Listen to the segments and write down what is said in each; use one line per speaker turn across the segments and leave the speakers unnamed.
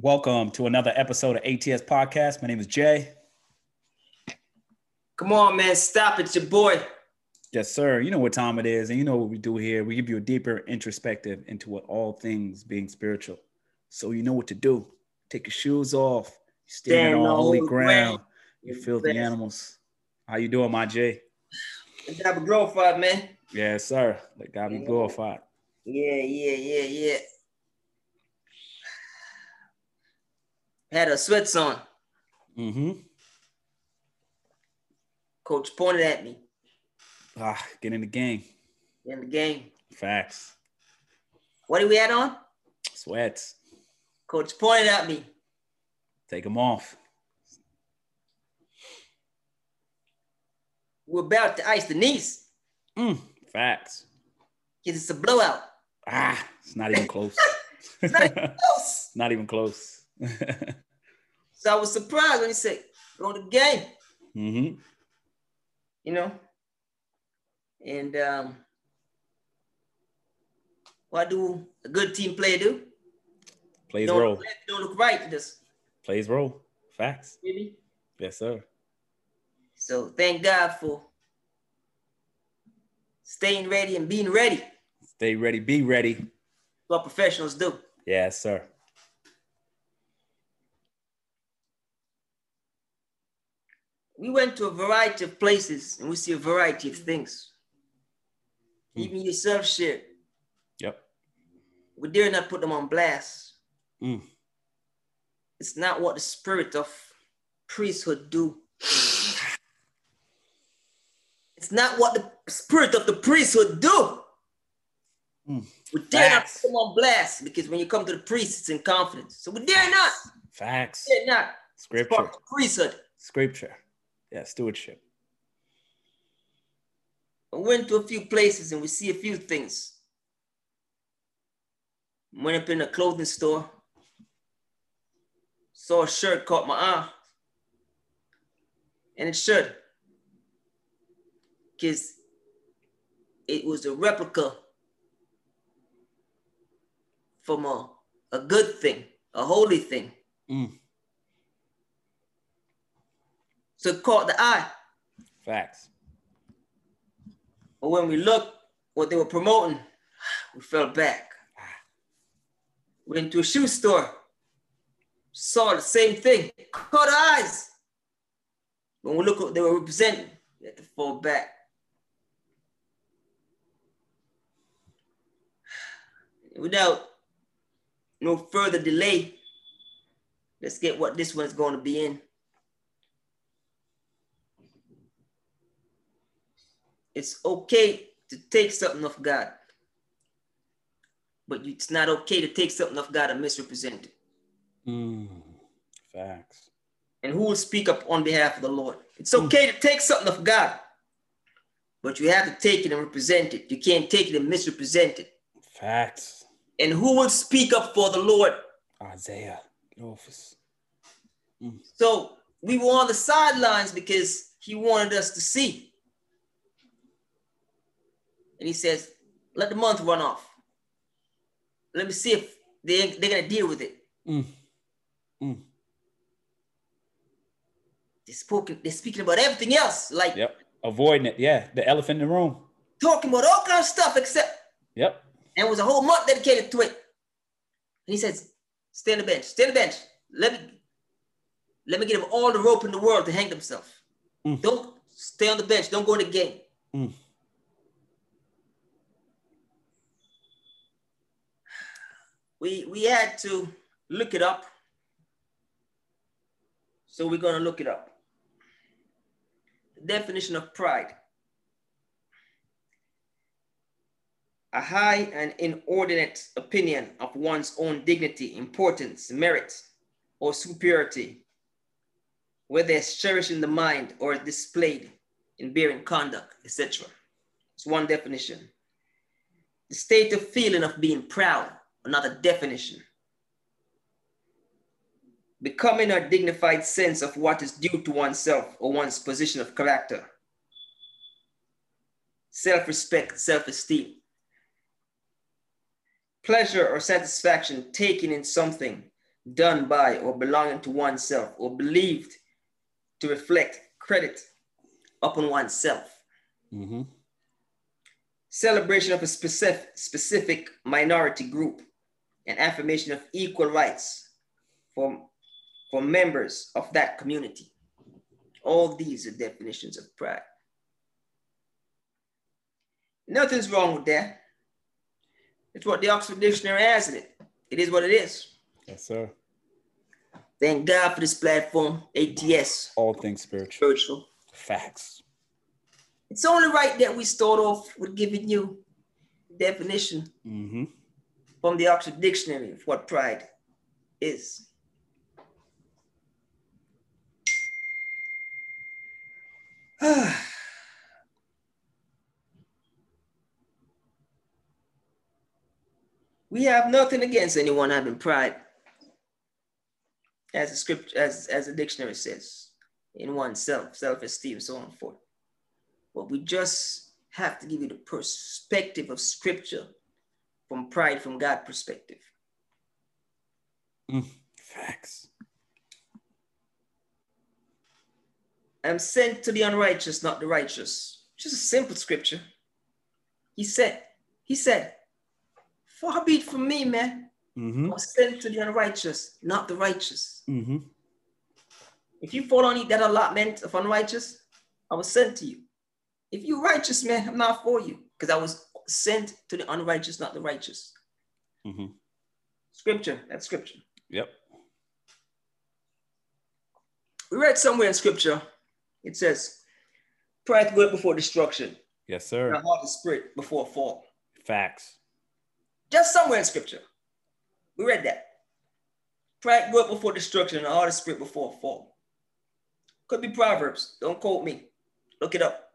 Welcome to another episode of ATS Podcast. My name is Jay.
Come on, man. Stop it, your boy.
Yes, sir. You know what time it is, and you know what we do here. We give you a deeper introspective into what all things being spiritual. So you know what to do. Take your shoes off. You stand
Stand
on
on
holy
holy
ground.
ground.
You feel the animals. How you doing, my Jay?
Good job of glorified, man.
Yes, sir. Let God be
Yeah.
glorified.
Yeah, yeah, yeah, yeah. Had her sweats on.
Mm-hmm.
Coach pointed at me
Ah, get in the game.
in the game.
Facts.
What do we had on?
Sweats.
Coach pointed at me.
Take them off.
We're about to ice the knees
Mm, facts.
because it's a blowout.
Ah, it's not even close.
Close.
not even close. Mm-hmm.
So I was surprised when he said, go to the game,
hmm
you know? And um, what do a good team player do?
Plays
don't
role.
look left, don't look right. Just
Plays role. Facts.
really.
Yes, sir.
So thank God for staying ready and being ready. That's
Stay ready. Be ready.
what professionals do.
Yes, sir.
We went to a variety of places and we see a variety of things. Even yourself shit.
Yep.
We dare not put them on blast.
Mm.
It's not what the spirit of priesthood do. It's not what the spirit of the priesthood do.
Mm.
We dare not
Facts.
put them on blast because when you come to the priest, it's in confidence. So we dare not.
Facts.
did not. It's part
Scripture.
of the priesthood.
Scripture. Yeah, stewardship.
I went to a few places and we see a few things. Went up in a clothing store, saw a shirt caught my eye, and it should, because it was a replica from a, a good thing, a holy thing.
Mm.
So it caught the eye.
Facts.
But when we looked what they were promoting, we fell back. Went to a shoe store, saw the same thing, caught our eyes. When we look what they were representing, we had to fall back. Without no further delay, let's get what this one's going to be in. it's okay to take something of God, but you- it's not okay to take something of God and misrepresent it.
Mm. Facts.
And who will speak up on behalf of the Lord? It's okay to take something of God, but you have to take it and represent it. You can't take it and misrepresent it.
Facts.
And who will speak up for the Lord?
Isaiah. Get off us.
So we were on the sidelines because he wanted us to see. And he says, let the month run off. Let me see if they, they're going to deal with it.
Mm. Mm.
They're, spoken, they're speaking about everything else, like
Yep. Avoiding it. Yeah. The elephant in the room.
talking about all kind of stuff, except,
Yep.
and it was a whole month dedicated to it. And he says, stay on the bench, stay on the bench. Let me, let me give them all the rope in the world to hang themselves.
Mm.
Don't stay on the bench. Don't go in the game.
Mm.
we we had to look it up so we're going to look it up definition of pride a high and inordinate opinion of one's own dignity importance merit or superiority whether it's cherished in the mind or displayed in bearing conduct etc it's one definition the state of feeling of being proud, another definition. Becoming a dignified sense of what is due to oneself or one's position of character. Self respect, self esteem. Pleasure or satisfaction taken in something done by or belonging to oneself or believed to reflect credit upon oneself.
Mm-hmm.
Celebration of a specific, specific minority group and affirmation of equal rights for, for members of that community. All these are definitions of pride. Nothing's wrong with that. It's what the Oxford Dictionary has in it. It is what it is.
Yes, sir.
Thank God for this platform, ATS,
All things spiritual.
virtual.
Facts.
It's only right that we start off with giving you definition
Mm-hmm.
from the Oxford Dictionary of what pride is. we have nothing against anyone having pride, as the script, as as the dictionary says, in oneself, self-esteem, so on and forth. But we just have to give you the perspective of scripture from pride from God perspective.
Mm. Facts.
I'm sent to the unrighteous, not the righteous. Just a simple scripture. He said, he said, far be it from me, man. I
Mm-hmm.
was sent to the unrighteous, not the righteous.
Mm-hmm.
If you fall on that allotment of unrighteous, I was sent to you. If you righteous, man, I'm not for you. Because I was sent to the unrighteous, not the righteous.
Mm-hmm.
Scripture, that's scripture.
Yep.
We read somewhere in scripture, it says, pride goeth before destruction,
Yes,
and
sir.
a heart of spirit before a fall.
Facts.
just somewhere in scripture. We read that. Pride goeth before destruction and all the spirit before a fall. Could be Proverbs. Don't quote me. Look it up.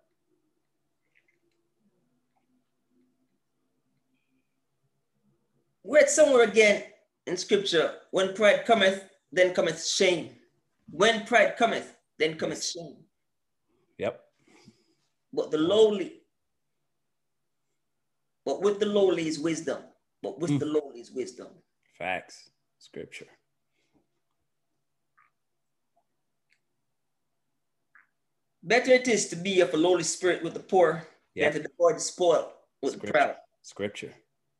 Read somewhere again in scripture. When pride cometh, then cometh shame. When pride cometh, then cometh shame.
Yep.
But the lowly, but with the lowly is wisdom. But with
Mm.
the lowly is wisdom.
Facts. Scripture.
Better it is to be of a lowly spirit with the poor
Yep.
than to divide the spoil with the
Scripture.
proud.
Scripture.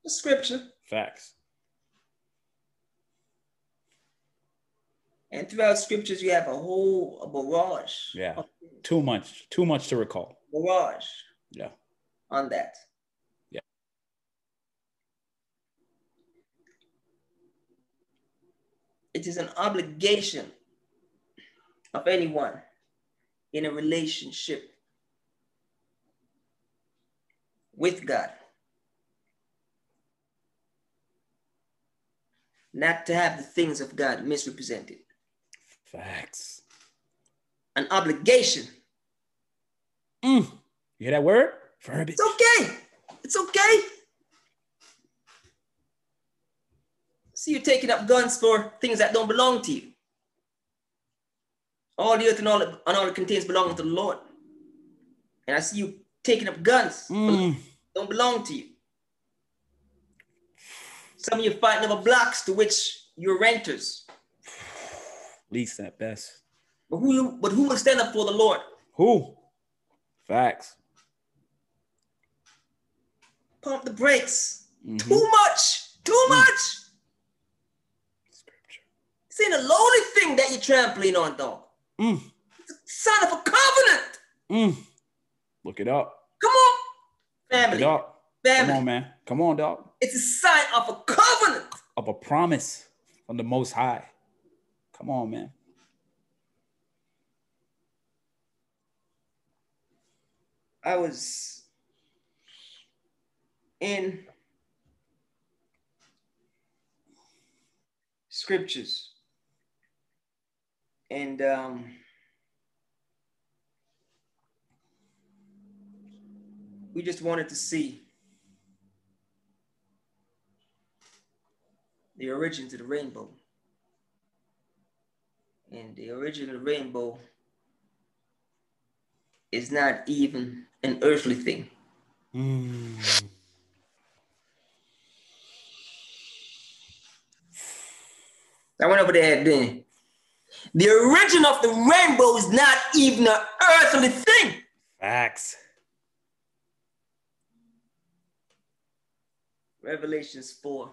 The scripture.
Facts.
And throughout scriptures, you have a whole a barrage.
Yeah.
of-
Too much. Too much to recall.
barrage
Yeah.
on that.
Yeah.
It is an obligation of anyone in a relationship with God not to have the things of God misrepresented.
Facts.
An obligation.
Mm. You hear that word? Verbiage.
It's okay. It's okay. See, you're taking up guns for things that don't belong to you. All the earth and all it, and all it contains belong to the Lord. And I see you taking up guns for
Mm.
don't belong to you. Some of you fighting over blocks to which you're renters.
Least at best.
But who you, but who will stand up for the Lord?
Who? Facts.
Pump the brakes.
Mhm.
Too much. Too much.
Scripture.
It's ain't a lowly thing that you're trampling on, dog.
Mm.
Son of a covenant.
Mm. Look it up.
Come on.
Look it
Family.
up. Come on,
Family.
man. Come on, dog.
It's a sign of a covenant.
Of a promise from the Most High. Come on, man.
I was in scriptures and um, we just wanted to see the origin to the rainbow and the origin of the rainbow is not even an earthly thing
Mm.
That went over their head, didn't it? The origin of the rainbow is not even an earthly thing.
Facts.
Revelations 4.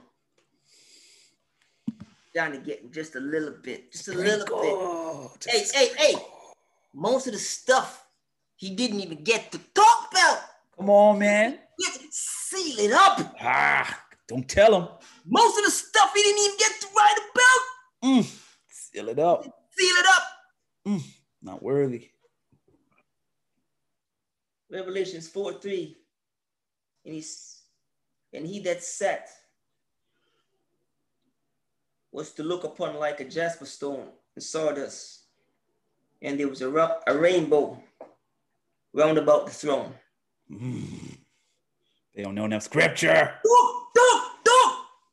Down to get just a little bit, just a little bit. Hey, hey, hey. Most of the stuff he didn't even get to talk about.
Come on, man.
Get seal it up.
Ah, don't tell him.
Most of the stuff he didn't even get to write about.
Mm, seal it up.
Seal it up.
Not worthy.
Revelations 4 3. And he's and he that sat was to look upon like a jasper stone and sawdust. And there was a, ru- a rainbow round about the throne.
Mm. They don't know enough scripture.
Dog, dog, dog.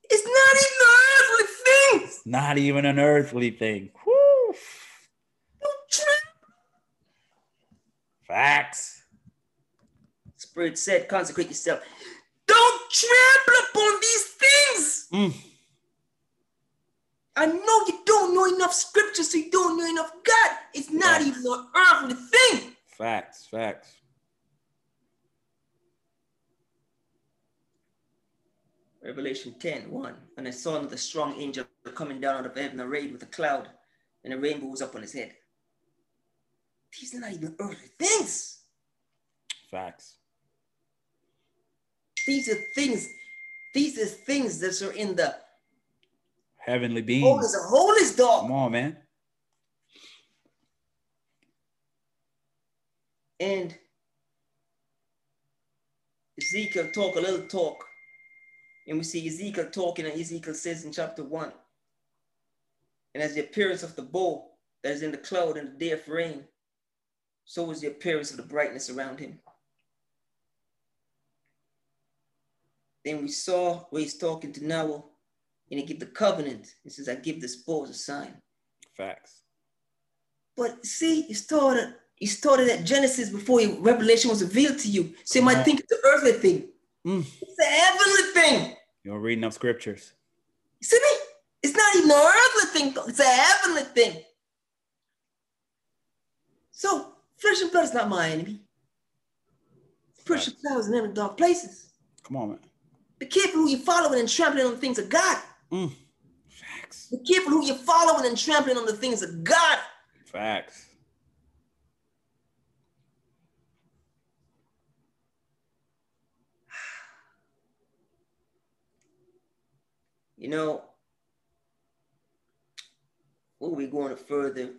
It's not even an earthly thing.
It's not even an earthly thing. Whew.
Don't try.
Facts.
Spirit said, consecrate yourself. Don't trample upon these things.
Mm.
I know you don't know enough scripture, so you don't know enough God. It's not
Right.
even an earthly thing.
Facts. Facts.
Revelation 10 1. And I saw another strong angel coming down out of heaven, arrayed with a cloud, and a rainbow was up on his head. These are not even earthly things.
Facts.
These are things, these are things that are in the
Heavenly beings.
holiest, of holiest dog.
Come on, man.
And Ezekiel talk a little talk. And we see Ezekiel talking, and Ezekiel says in chapter one, and as the appearance of the bow that is in the cloud in the day of rain, so is the appearance of the brightness around him. Then we saw where he's talking to Noah, and he give the covenant. He says, I give this bow as a sign.
Facts.
But see, you started you started at Genesis before your revelation was revealed to you. So you might
Right.
think it's an earthly thing.
Mm.
It's a heavenly thing.
You don't read enough scriptures.
You see me? It's not even an earthly thing, though. it's a heavenly thing. So flesh and blood is not my enemy. Push your flowers in every dark places.
Come on, man.
Be careful who you're following and trampling on the things of God.
Mm. Facts.
Be careful who you're following and trampling on the things of God.
Facts.
you know, we'll be going further.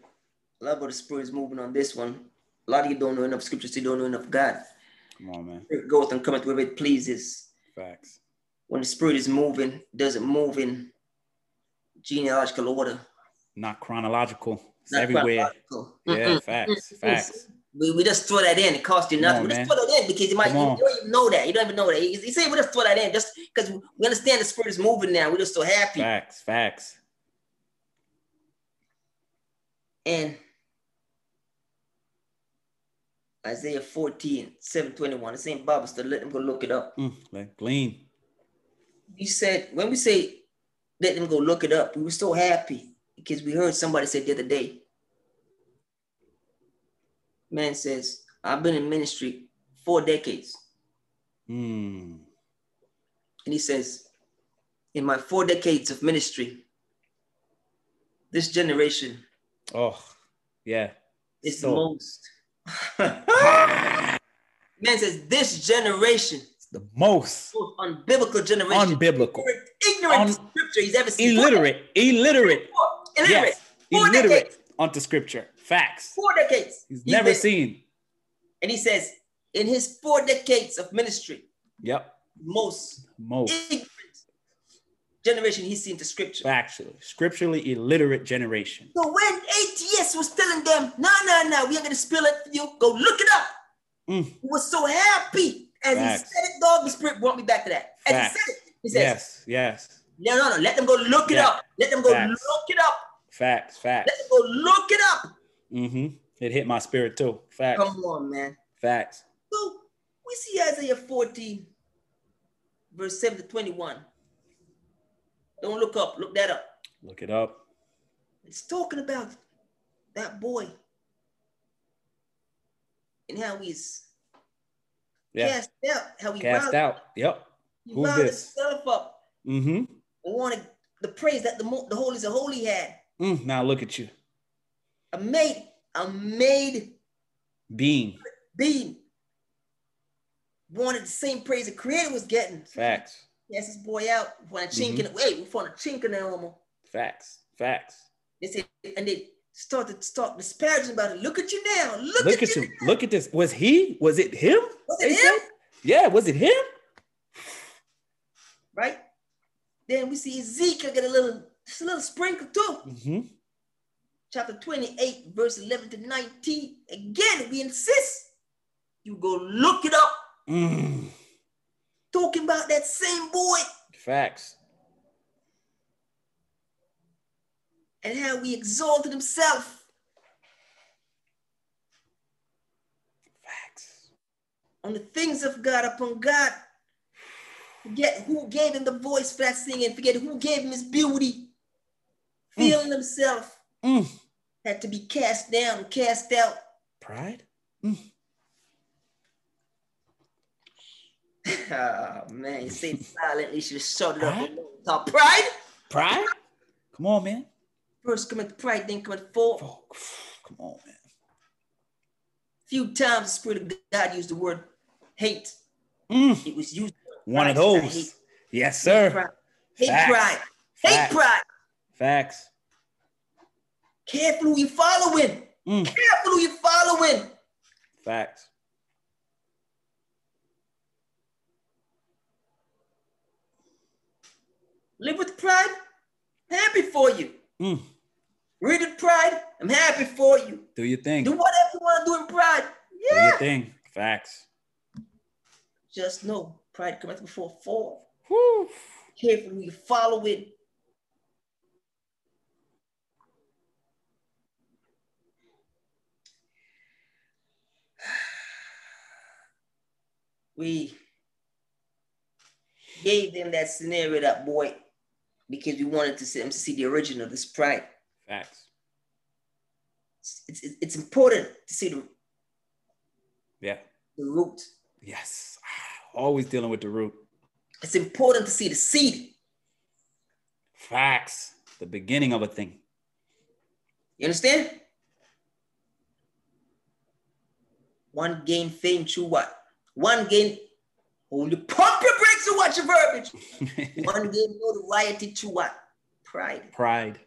A lot of the spirit is moving on this one. A lot of you don't know enough scriptures, you don't know enough God.
Come on, man.
Spirit goeth and cometh wherever it pleases.
Facts.
When the spirit is moving, it doesn't move in genealogical order.
Not chronological. It's
Not
everywhere.
chronological.
Yeah,
Mm-mm.
facts.
Mm-mm.
Facts.
We, we just throw that in. It costs you
Come on,
nothing. we
man.
just throw that in because you might you
Come on.
don't even know that. You don't even know that. You, you say we just throw that in just because we understand the spirit is moving now. We're just so happy.
Facts. Facts.
And Isaiah 14, 721, the same Bible study, let them go look it up.
Mm. Like glean.
He said, when we say let them go look it up, we were so happy because we heard somebody say the other day, man says, I've been in ministry four decades.
Mm.
And he says, in my four decades of ministry, this generation
Oh, yeah.
is
So-
the most. man says, this generation
It's the most
most unbiblical generation,
unbiblical,
ignorant, ignorant
Un-
to scripture he's ever seen.
illiterate, illiterate.
Four, illiterate.
Yes,
Four
illiterate
decades.
onto scripture. Facts.
Four decades.
He's never
been-
seen.
And he says, in his four decades of ministry,
Yep.
most
Most
ignorant generation he's seen to scripture.
factually, scripturally illiterate generation.
So when ATS was telling them, no, no, no, we ain't gonna spill it for you, go look it up.
Mm.
He was so happy. As
Facts.
he said it, dog, the spirit brought me back to that. As
Facts.
he said it, he says,
Yes. Yes.
no, no, no, let them go look it
Yeah.
up. Let them go
Facts.
look it up.
Facts. Facts.
Let them go look it up.
Mm-hmm. It hit my spirit too. Facts.
Come on, man.
Facts.
So we see Isaiah 14, verse 7 to 21. Don't look up, look that up.
Look it up.
It's talking about that boy and how he's
Yeah.
cast out, how he
Cast
riled-
out. Yep.
he
Who's
riled
this?
himself up
Mm-hmm.
and wanted the praise that the, mo- the holies of holy had.
Mm, now look at you.
A made, a made
Being.
being wanted the same praise the creator was getting.
Facts.
Yes, this boy out. Want to
Mm-hmm.
chink in it. Hey, we found a chink in the homo.
Facts. Facts.
They said, and they started to start disparaging about it. Look at you now. Look,
Look at you. Look at this. Was he? Was it him?
Was
They
it
said?
him?
Yeah, was it him?
Right? Then we see Ezekiel get a little, just a little sprinkle too.
Mm-hmm.
Chapter 28, verse 11 to 19. Again, we insist you go look it up.
Mm.
Talking about that same boy
Facts.
and how he exalted himself
Facts.
on the things of God upon God. Forget who gave him the voice for that singing. Forget who gave him his beauty. Feeling himself
Mm.
had to be cast down, cast out.
Pride?
Oh man, you say it silently, you should shout it up. on the mountaintop. Pride.
Pride? Come on, man.
First cometh pride, then cometh fall.
Oh, come on, man.
Few times the Spirit of God used the word hate.
Mm.
It was used.
One of
Pride, not
those.
hate.
Yes,
Hate
sir.
pride. Hate
Facts.
pride. Hate
Facts.
pride.
Facts.
Careful who you following.
Mm.
Careful who you following.
Facts.
Live with pride. Happy for you.
Mm.
Read with pride. I'm happy for you.
Do your thing.
Do
Do
whatever you want to do in pride.
your
Yeah.
thing. Facts.
Just know pride cometh before fall.
Whew.
Careful who you following. We gave them that scenario, that boy, because we wanted to see them see the origin of this pride.
Facts.
it's, it's, it's important to see the,
Yeah.
the root.
Yes. Ah, Always dealing with the root.
It's important to see the seed.
Facts. The beginning of a thing.
You understand? One gain fame through what? One gain only pump your brakes to watch your verbiage. one gain notoriety to what? Pride.
Pride.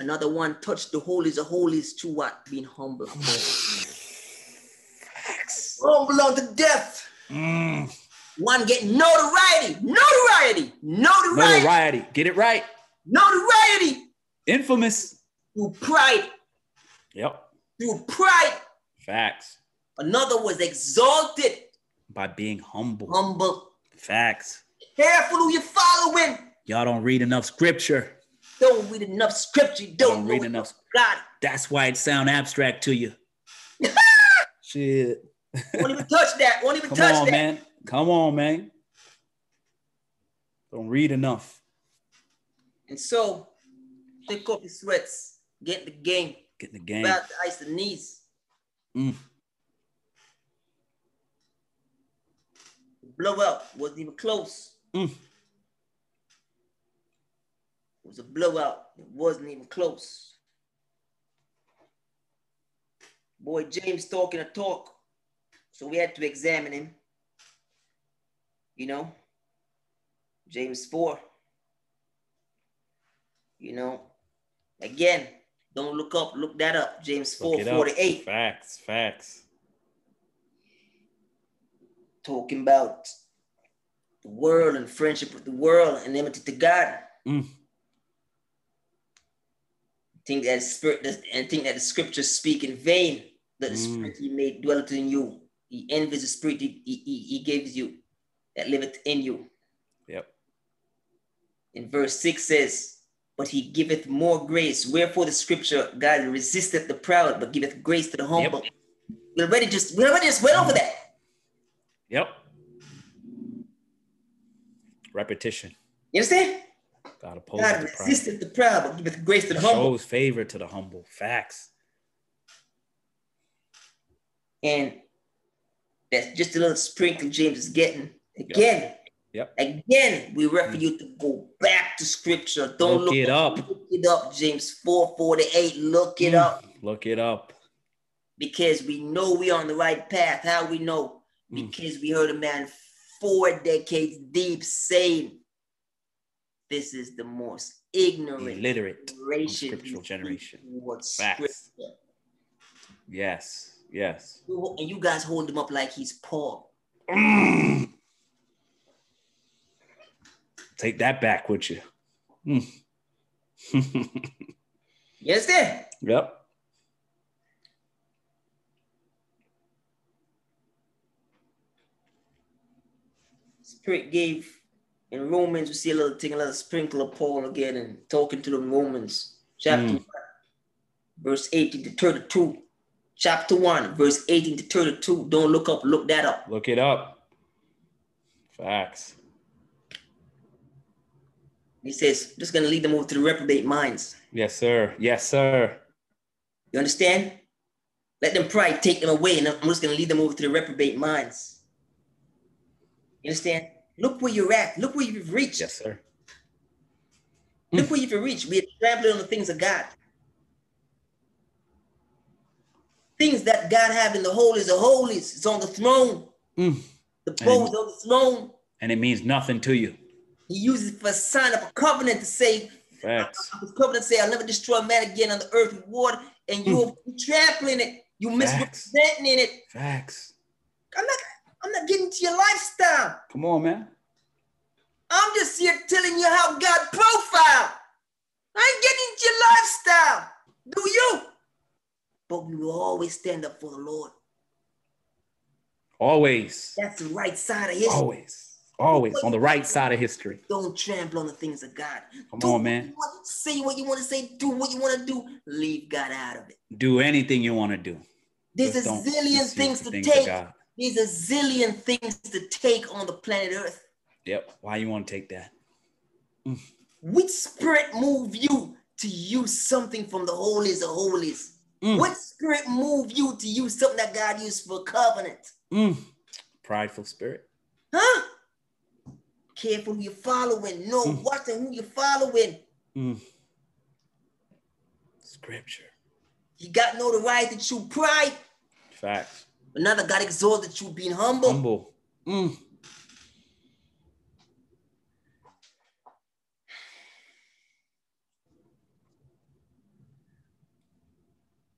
Another one touched the holies of holies to what? Being humble.
Facts.
humble unto death.
Mm.
One get notoriety. Notoriety. Notoriety.
Notoriety. Get it right.
Notoriety.
Infamous.
Through pride.
Yep.
Through pride.
Facts.
Another was exalted,
By being humble.
humble.
Facts.
Careful who you're following.
Y'all don't read enough scripture.
Don't read enough scripture. You Don't,
Don't
know
read
enough
enough.
God.
That's why it sound abstract to you. Shit.
Won't even touch that. Won't even
Come
touch
on,
that.
man. Come on, man. Don't read enough.
And so, take off your sweats. Get in the game.
Get in the game.
About the ice and knees.
Mm.
The blowout wasn't even close.
Mm.
It was a blowout. It wasn't even close. Boy, James talking a talk. So we had to examine him. You know, James 4. You know, again, don't look up, look that up. James 4
Look it up.
48.
Facts. Facts.
talking about the world and friendship with the world and enmity to God.
Mm.
Think that spirit does- and think that the scriptures speak in vain. That the
Mm.
spirit he made dwelleth in you. He envies the spirit he, he, he- he gives you that liveth in you.
Yep.
In verse 6 says, But he giveth more grace. Wherefore the scripture, God resisteth the proud, but giveth grace to the humble. We already just we already just went over that.
Yep. Repetition.
You understand?
God opposes
God
the proud.
resisteth the proud, but giveth grace to the humble.
Shows favor to the humble. Facts.
And that's just a little sprinkle James is getting. Again,
Yep. Mm.
again, we refer you to go back to scripture. Don't
Look
look
it up.
Look it up, James 448. Look it
Mm.
up
Look it up.
because we know we're on the right path. How we know?
Mm.
Because we heard a man four decades deep saying, This is the most ignorant
Illiterate.
generation.
Unscriptural
in
generation.
towards
Facts.
scripture."
Yes. Yes.
You ho- And you guys hold him up like he's Paul.
Mm. Take that back with you. Mm.
You understand?
yep.
Spirit gave in Romans, we see a little thing, a little sprinkle of Paul again and talking to the Romans, chapter
Mm.
1, verse 18 to 32. Chapter 1, verse 18 to 32. Don't look up, look that up.
Look it up. Facts.
He says, just gonna lead them over to the reprobate minds.
Yes, sir. Yes, sir.
You understand? Let them pride take them away, and I'm just gonna lead them over to the reprobate minds. You understand? Look where you're at. Look where you've reached.
Yes, sir.
Look where you've reached. We're trampling on the things of God. Things that God have in the holies of holies. It's on the throne.
Mm.
The poles on the throne.
And it means nothing to you.
He uses it for a sign of a covenant to say,
Facts.
I was covenant say, I'll never destroy man again on the earth with water, and you're trampling it, you
Hmm. Facts.
misrepresenting it.
Facts.
I'm not, I'm not getting to your lifestyle.
Come on, man.
I'm just here telling you how God profile. I ain't getting into your lifestyle. Do you? But we will always stand up for the Lord.
Always.
That's the right side of history.
Always. Always on the right side of history.
Don't trample on the things of God.
Come
do
on,
what
man.
you want- say what you want to say. Do what you want to do. Leave God out of it.
Do anything you want to do.
There's
Just
a
don't
zillion
misuse the
things to
of
take.
God.
There's a zillion things to take on the planet Earth.
Yep. Why you want to take that?
Which spirit move you to use something from the holies of holies?
Mm.
What spirit move you to use something that God used for covenant?
Mm. Prideful spirit.
Huh? Careful who you're following. No,
Mm.
watching who you're following.
Mm. Scripture.
You got no the right to true pride.
Facts.
Another God exalted you being humble.
Humble. Mm.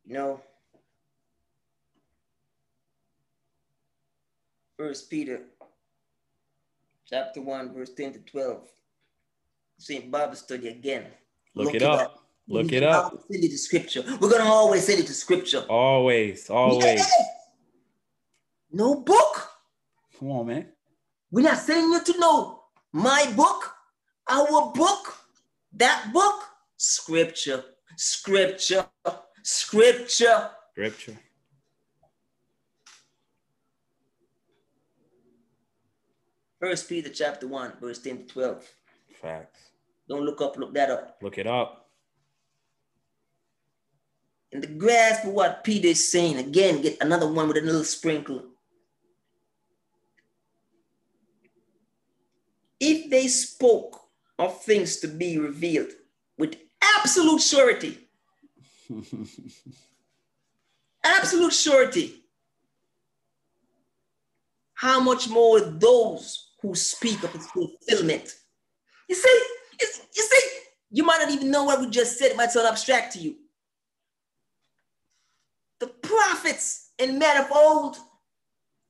You know. First Peter chapter 1, verse 10 to 12. St. Bible study again.
Look, it up. Look it
We'll
up.
always Send it to scripture. We're gonna always send it to scripture.
Always. Always.
Yeah. No book.
Come on, man.
We're not sending you to no my book, our book, that book, scripture, scripture, scripture.
Scripture.
First Peter chapter 1, verse 10 to 12.
Facts.
Don't look up, look that up.
Look it up.
In the grasp of what Peter is saying, again, get another one with a little sprinkle. If they spoke of things to be revealed with absolute surety, absolute surety, how much more those who speak of its fulfillment? You see, it's, you see, you might not even know what we just said. It might sound abstract to you. The prophets and men of old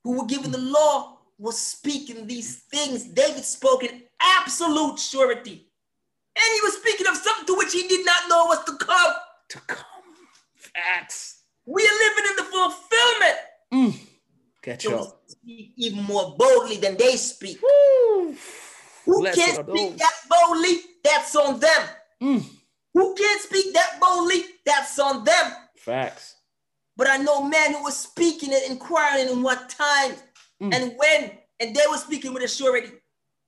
who were given the law were speaking these things. David spoke in absolute surety. And he was speaking of something to which he did not know was to come.
To come. Facts.
We are living in the fulfillment.
Mm. Catch
So we
up.
speak even more boldly than they speak.
Woo.
Who
Blessed
can't
are
speak
those.
that boldly? That's on them.
Mm.
Who can't speak that boldly? That's on them.
Facts.
But I know men who were speaking and inquiring in what time
Mm.
and when, and they were speaking with a surety.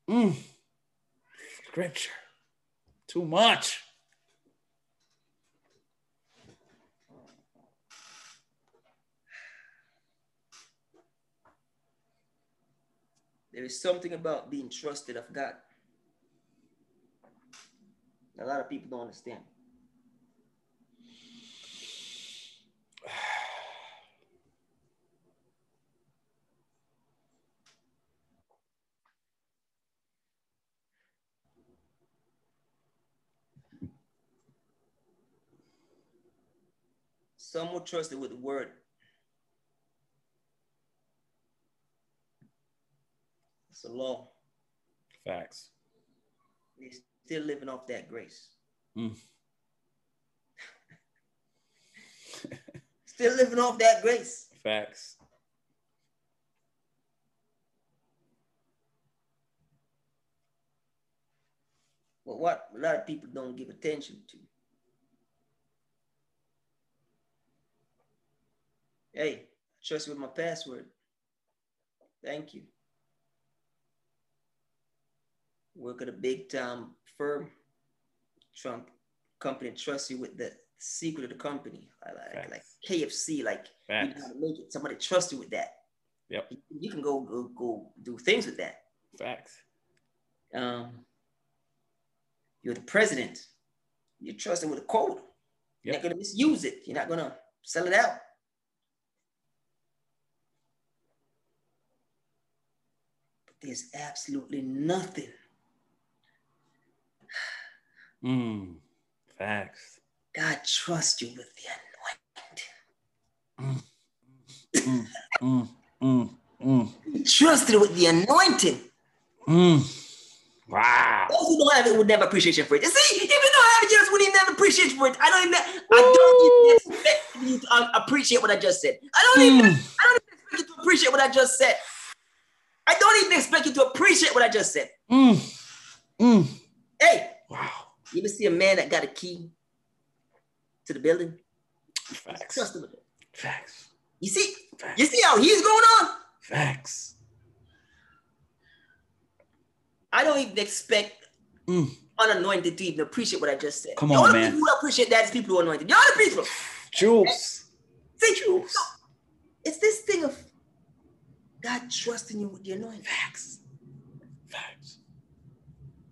Mm. Scripture. Too much.
There is something about being trusted of God. A lot of people don't understand. Some will trust it with the word. It's a law.
Facts.
They're still living off that grace.
Mm.
still living off that grace.
Facts.
But what a lot of people don't give attention to. Hey, trust you with my password. Thank you. Work at a big time firm. Trump company trusts you with the secret of the company, like, like, like
Facts.
KFC, like you know
Facts.
how to make it. Somebody trusts you with that.
Yep.
You, you can go, go go do things with that.
Facts.
Um, you're the president. You're trusted with a code.
Yep.
You're not gonna misuse it. You're not gonna sell it out. But there's absolutely nothing
Mm. Facts.
God trusts you with the anointing.
Mm, mm, mm, mm,
He Trusted with the anointing.
mm. Wow.
Those who don't have it would never appreciate you for it. You See, if you don't have it, you just wouldn't even appreciate you for it. I don't even. I don't even expect you to uh, appreciate what I just said. I don't even.
Mm.
I don't even expect you to appreciate what I just said. I don't even expect you to appreciate what I just said.
Mm. Mm.
Hey,
Wow.
you ever see a man that got a key to the building?
Facts.
Trust him with it.
Facts.
You see, you
Facts.
see how he's going on.
Facts.
I don't even expect
Mm.
unanointed to even appreciate what I just said.
Come
the
on,
only
man.
people who appreciate that is people who are anointed. The other people.
Jules.
See, so it's this thing of God trusting you with the anointing.
Facts. Facts.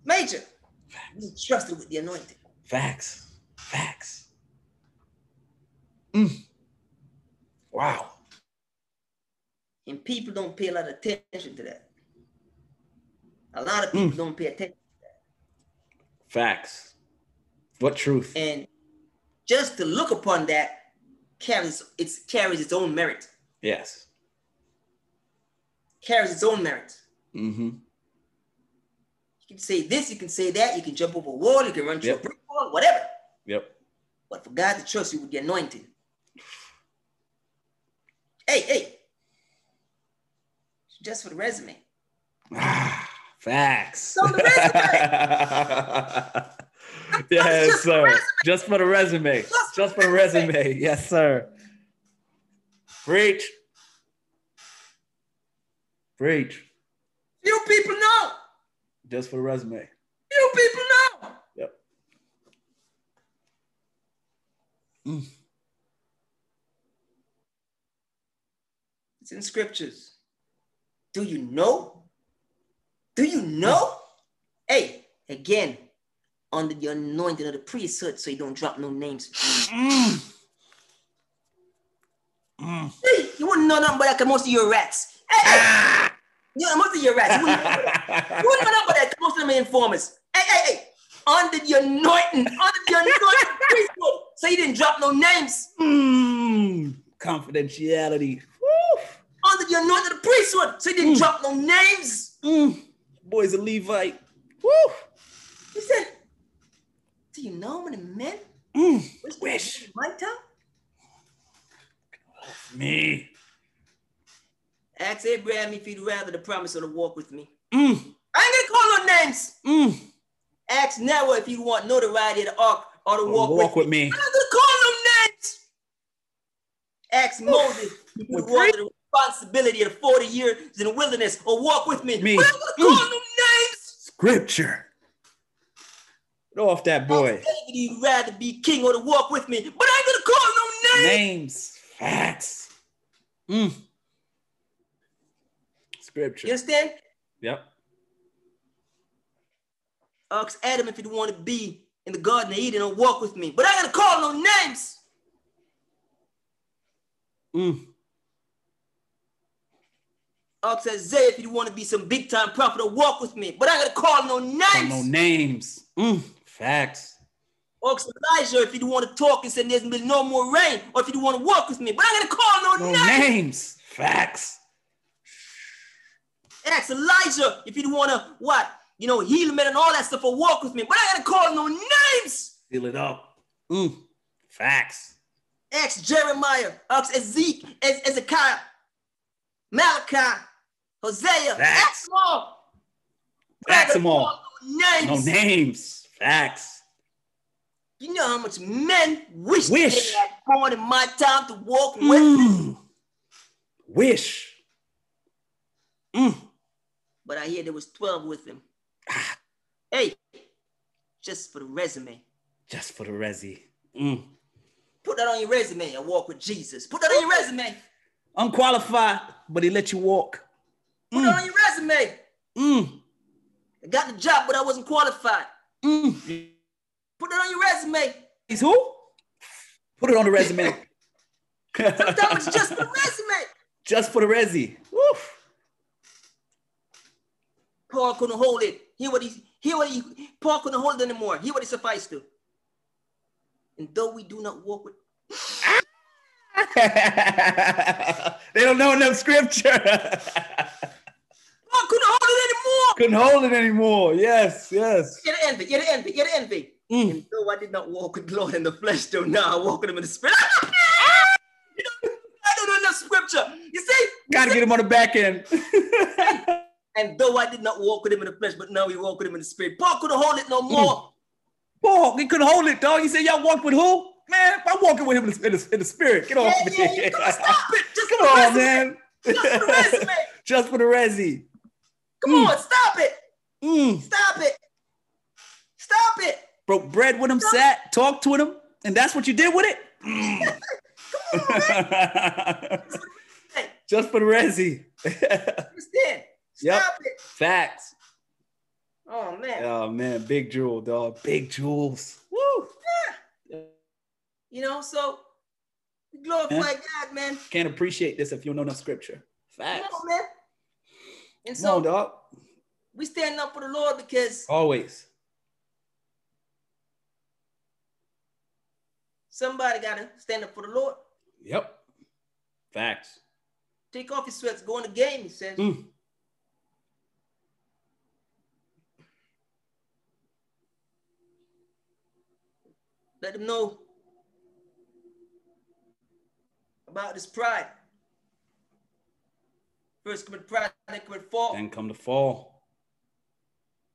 Major, you trusted with the anointing.
Facts. Facts. Mm. Wow.
And people don't pay a lot of attention to that. A lot of people
Mm.
don't pay attention.
Facts. What truth?
And just to look upon that carries it carries its own merit.
Yes.
Carries its own merit.
Mm-hmm.
You can say this, you can say that, you can jump over a wall, you can run through
Yep.
a brick wall, whatever.
Yep.
But for God to trust you with the anointing. Hey, hey. Just for the resume.
Ah, facts.
On the
yes,
Just for the
sir. Just for the resume.
Just
Just for the resume. Yes, sir. Preach. Preach.
Few people know.
Just for the resume.
Few people know.
Yep.
It's in scriptures. Do you know? Do you know? Hey, again, under the anointing of the priesthood, so you don't drop no names.
Mm. Mm.
Hey, you wouldn't know nothing but that 'cause most of your rats. Hey, hey, you know, most of your rats. You wouldn't know that. You wouldn't know nothing but that 'cause most of them are informers. Hey, hey, hey. Under the anointing, under the anointing of the priesthood, so you didn't drop no names.
Mm. Confidentiality. Woo.
under the anointing of the priesthood. So he didn't
Mm.
drop no names.
Mm. Boy's a Levite. Woo.
He said, Do you know how many men?
Mm.
was there
Wish.
in My town?
Me.
Ask Abraham if he'd rather the promise or the walk with me.
Mm.
I ain't gonna call no names.
Mm.
Ask Noah if you want notoriety of the ark or the walk,
Walk, with
with me.
me.
I'm not gonna call no names. Ask Moses if you
With
want the responsibility of 40 years in the wilderness or walk with me.
Me.
But I'm not gonna call
Mm.
no names.
Scripture. Get off that boy.
David, he'd rather be king or to walk with me, but I ain't gonna call no name.
Names, facts, mm. scripture.
You understand?
Yep.
Ask Adam if he'd want to be in the Garden of Eden or walk with me, but I ain't gonna call no names.
Mm.
Ask Isaiah if he'd want to be some big time prophet or walk with me, but I ain't gonna call no
Don't
names.
know names. Mm. Facts.
Ask Elijah if he'd want to talk and say there's been no more rain, or if he'd want to walk with me, but I ain't gonna call no,
No
names.
names. Facts.
Ask Elijah if he'd want to what you know heal men and all that stuff or walk with me, but I ain't gonna call no names.
Seal it up. Mm. Facts.
Ask Jeremiah, ask Ezek, Ez- Ezekiah, Malachi, Hosea, ask
Facts.
them all.
Facts them all.
Names.
No names. Facts.
You know how much men wish,
Wish.
they had born in my time to walk with me,
Mm. Wish. Mm.
but I hear there was 12 with him.
Ah.
hey, just for the resume.
Just for the resi. Mm.
Put that on your resume and walk with Jesus. Put that on your resume.
Unqualified, but he let you walk.
Put that on your resume.
Mm.
I got the job, but I wasn't qualified.
Mm.
Put that on your resume.
He's who? Put it on the resume.
That was just the resume.
Just for the resi. Woof.
Paul couldn't hold it. Hear what he hear what he Paul couldn't hold it anymore. Hear what he sufficed to. And though we do not walk with
they don't know enough scripture.
Paul couldn't hold it
Couldn't hold it anymore. Yes, yes.
anymore. You're the envy, you're the envy, you're the envy.
Mm.
And though I did not walk with the Lord in the flesh, though now I walk with him in the spirit. You don't- I don't know enough scripture. You see?
Gotta get him on the back end.
And though I did not walk with him in the flesh, but now we walk with him in the spirit. Paul couldn't hold it no more.
Paul, he couldn't hold it, dog. He said, Y'all walk with who? Man, I'm walking with him in the, in the, in the spirit. Get off
Yeah,
me.
yeah, yeah. Come on, stop it. Just
Come on, man.
Just for the resume.
Just for the resi.
Come
Mm.
on, stop it.
Mm.
Stop it. Stop it.
Broke bread with him, sat, talked with him, and that's what you did with it? Mm.
Hey,
Just for the resi.
understand?
Yep.
Stop it.
Facts.
Oh man.
Oh man, big jewel, dog. Big jewels. Woo!
You know, so we glorify
Yeah.
God, man.
Can't appreciate this if you don't know enough scripture.
Come
Facts.
on, man. And
Come on,
so
dog.
we stand up for the Lord because
Always.
somebody gotta stand up for the Lord.
Yep. Facts.
Take off your sweats, go in the game, he says.
Mm.
Let them know about this pride. First commit pride, then commit fall.
Then come the fall.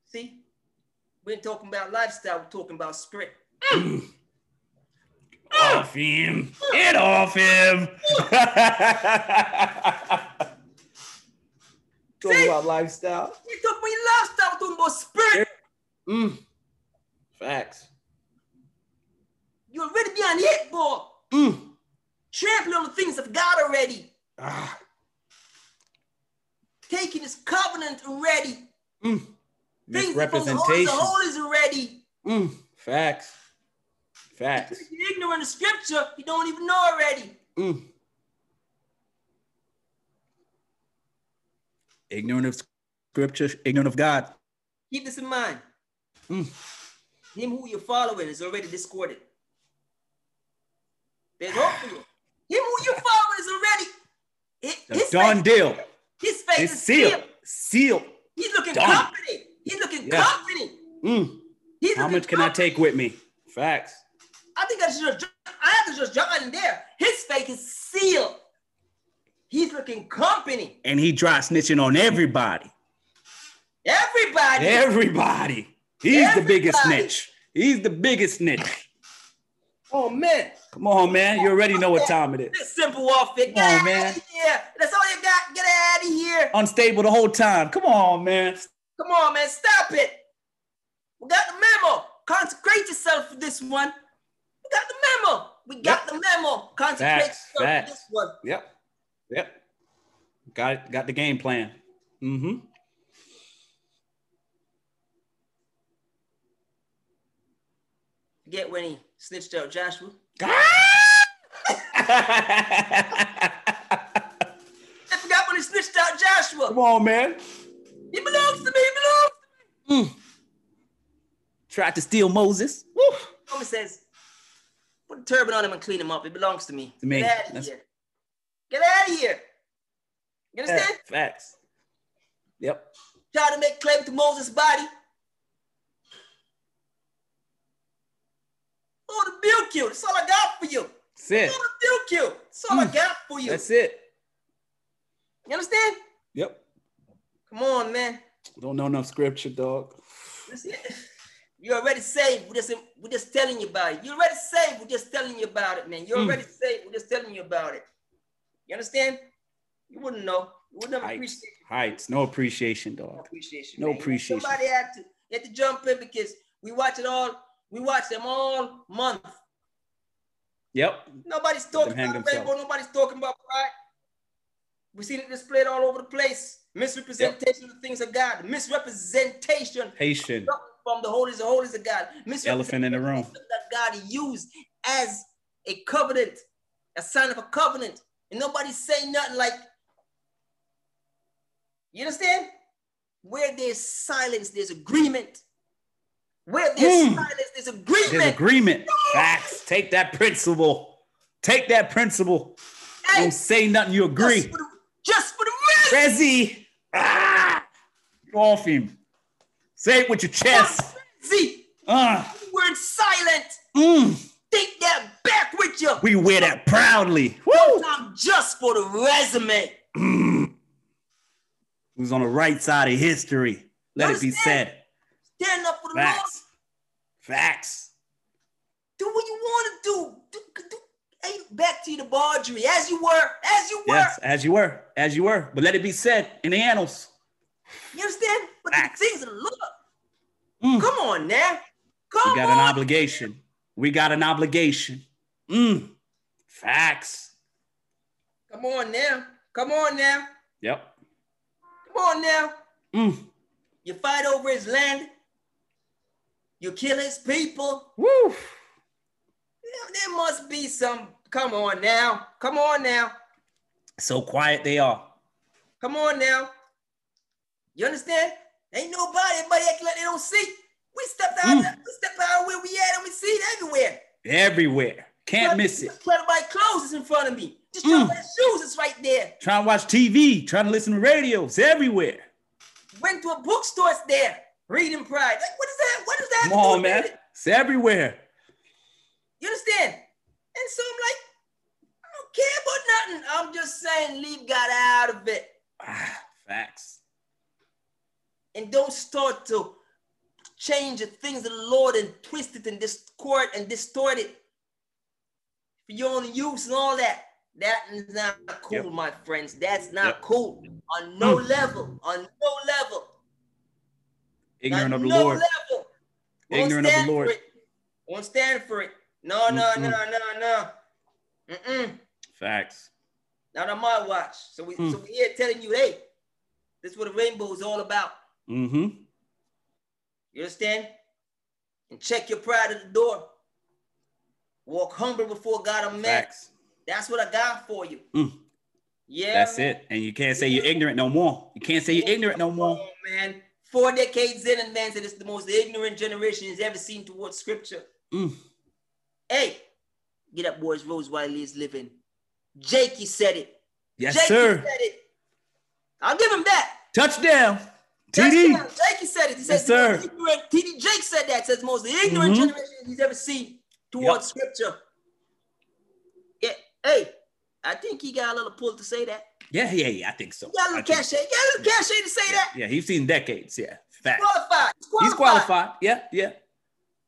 See, we ain't talking about lifestyle, we're talking about spirit.
Off him. Get off him. Talking about lifestyle.
We talking about your lifestyle, we're talking about spirit.
Mm. Facts.
You already be on hit ball,
Mm.
trampling on the things of God already,
Ah.
taking his covenant already,
Mm.
things from the Holy
Misrepresentation.
the holies already.
Mm. Facts. Facts.
You're ignorant of scripture, you don't even know already.
Mm. Ignorant of scripture, ignorant of God.
Keep this in mind.
Mm.
Him who you're following is already discorded. There's hope for you. Him who you're following is already. hi-
The
His
done
faith,
deal.
his faith
It's
is sealed.
sealed. Sealed.
He's looking
Done.
confident. He's looking
Yeah.
confident.
Mm.
He's
How
looking
much can I
confident.
take with me? Facts.
I think I should just. I have to just jump out in there. His faith is sealed. He's looking company.
And he dry snitching on everybody.
Everybody.
Everybody. He's the biggest
Everybody.
snitch. He's the biggest snitch.
Oh man.
Come on, man. You already know what time it is.
This simple warfare. Get
Come on,
out
man.
of here. That's all you got. Get out of here.
Unstable the whole time. Come on, man.
Come on, man. Stop it. We got the memo. Consecrate yourself for this one. We got the memo. We got the memo. Consecrate
Facts,
yourself
facts.
for this one.
Yep. Yep. Got it. Got the game plan. Mm-hmm.
Get when he snitched out Joshua. I forgot when he snitched out
Come
Joshua.
on, man.
He belongs to me. He belongs.
Tried to steal Moses. Woo.
Homie says, put a turban on him and clean him up. It belongs to me.
To me.
Get out of
That's-
here. Get out of here. You understand?
Yeah, facts. Yep.
Try to make claim to Moses' body. Lord rebuke you. That's all I got for you. Oh,
That's it.
Lord rebuke you. That's all I
Mm.
got for you.
That's it.
You understand?
Yep.
Come on, man.
Don't know enough scripture, dog.
Listen, You're already saved. We're just, we're just telling you about it. You're already saved. We're just telling you about it, man. You're
Mm.
already saved. We're just telling you about it. You understand? You wouldn't know. You wouldn't have
Yikes.
appreciated
Heights. No appreciation,
no
dog.
appreciation.
No
man.
appreciation.
Somebody had to had to jump in because we watch it all. We watch them all month.
Yep.
Nobody's
Let them
talking
hang
about
themselves.
rainbow. Nobody's talking about pride. We see it displayed all over the place. Misrepresentation of the things of God. Misrepresentation
Patient.
from the holies, the holies of God.
Elephant in the room.
that God used as a covenant, a sign of a covenant. And nobody's saying nothing like, you understand? Where there's silence, there's agreement. Where there's
Mm.
silence, there's
There's
agreement.
agreement. Facts. Take that principle. Take that principle.
Hey,
Don't say nothing. You
just
agree.
for the, just for the rest.
Rezzy. Ah! Go off him. Say it with your chest.
See,
Ah.
we're silent.
Mm.
Take that back with you.
We wear that proudly. Woo!
I'm just for the resume.
Mm. Who's on the right side of history? Let it be
Understand?
said.
Stand up for the Lord.
Facts. Facts.
Do what you want to do. do, do hey, back to the bargery as you were, as you were.
Yes, as you were, as you were. But let it be said in the annals.
You understand? But
Facts.
the things of the Lord.
Mm.
Come on now.
We
Come
got an
on.
obligation. We got an obligation. Mm. Facts.
Come on now. Come on now.
Yep.
Come on now.
Mm.
You fight over his land. You kill his people.
Woo.
There- There must be some. Come on now. Come on now.
So quiet they are.
Come on now. You understand? Ain't nobody, everybody acting like they don't see. We stepped out,
Mm.
we stepped out where we at and we see it everywhere.
Everywhere. Can't miss it.
Try to buy clothes is in front of me. Just try
Mm.
to buy shoes, it's right there.
Trying to watch TV, trying to listen to radio. It's everywhere.
Went to a bookstore, it's there. Reading pride. Like, what is that? What is that?
Come on, man. It's everywhere.
You understand? And so I'm like, I don't care about nothing. I'm just saying, leave God out of it.
Ah, facts.
And don't start to change the things of the Lord and twist it and distort and distort it for your own use and all that. That is not cool,
Yep.
my friends. That's not
Yep.
cool on no
Mm.
level. On no level.
Ignorant
Not
of the
no
Lord.
level. Won't
Ignorant of the
stand for
Lord.
it. Won't stand for it. No, no, no, no, no. Mm-mm.
Facts.
Not on my watch. So we,
Mm.
so we here telling you, hey, this is what the rainbow is all about.
Mm-hmm.
You understand? And check your pride at the door. Walk humble before God and man.
Facts.
That's what I got for you.
Mm.
Yeah,
That's
man.
it. And you can't say you're ignorant no more. You can't say you're ignorant no
Come
more.
on, man. Four decades in, and man said it's the most ignorant generation he's ever seen towards scripture.
Mm.
Hey, get up, boys. Rose while he is living. Jakey said it.
Yes,
Jakey
sir.
said it. I'll give him that.
Touchdown.
Touchdown.
TD.
Jakey said it. He says
Yes,
the most
sir.
ignorant. TD Jake said that. Says the most ignorant
Mhm.
generation he's ever seen towards scripture. Yeah. Hey, I think he got a little pull to say that.
Yeah, yeah, yeah. I think so.
He got a
I
little
think-
cachet. He got a little cachet to say
yeah,
that.
yeah, he's seen decades. Yeah. Facts.
Qualified.
He's qualified. Yeah, yeah.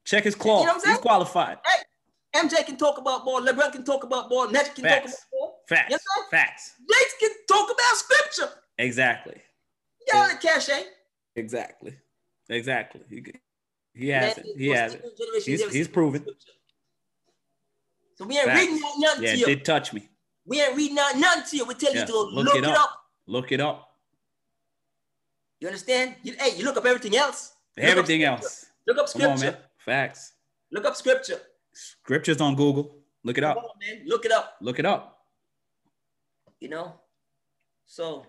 Check his claw.
You know what I'm
he's
saying?
qualified.
MJ can talk about ball. LeBron can talk about ball. Magic can talk
Facts.
about ball.
Facts.
Yes, sir.
Facts.
Jake can talk about scripture.
Exactly.
He got a little cachet.
Exactly. Exactly. He, He has it. He has it. He's, he's proven.
So we ain't
Facts.
reading out nothing
Yeah,
to
it
you.
did touch me.
we ain't reading out nothing to you. We tell
Yeah,
you to go look, it up.
Look it up.
You understand? You, hey, you look up everything else. Look up
Everything
scripture.
else.
Look up
Come on,
scripture.
man. Facts.
Look up scripture.
Scriptures on Google. Look it
Come
up.
on, man. Look it up.
Look it up.
You know. So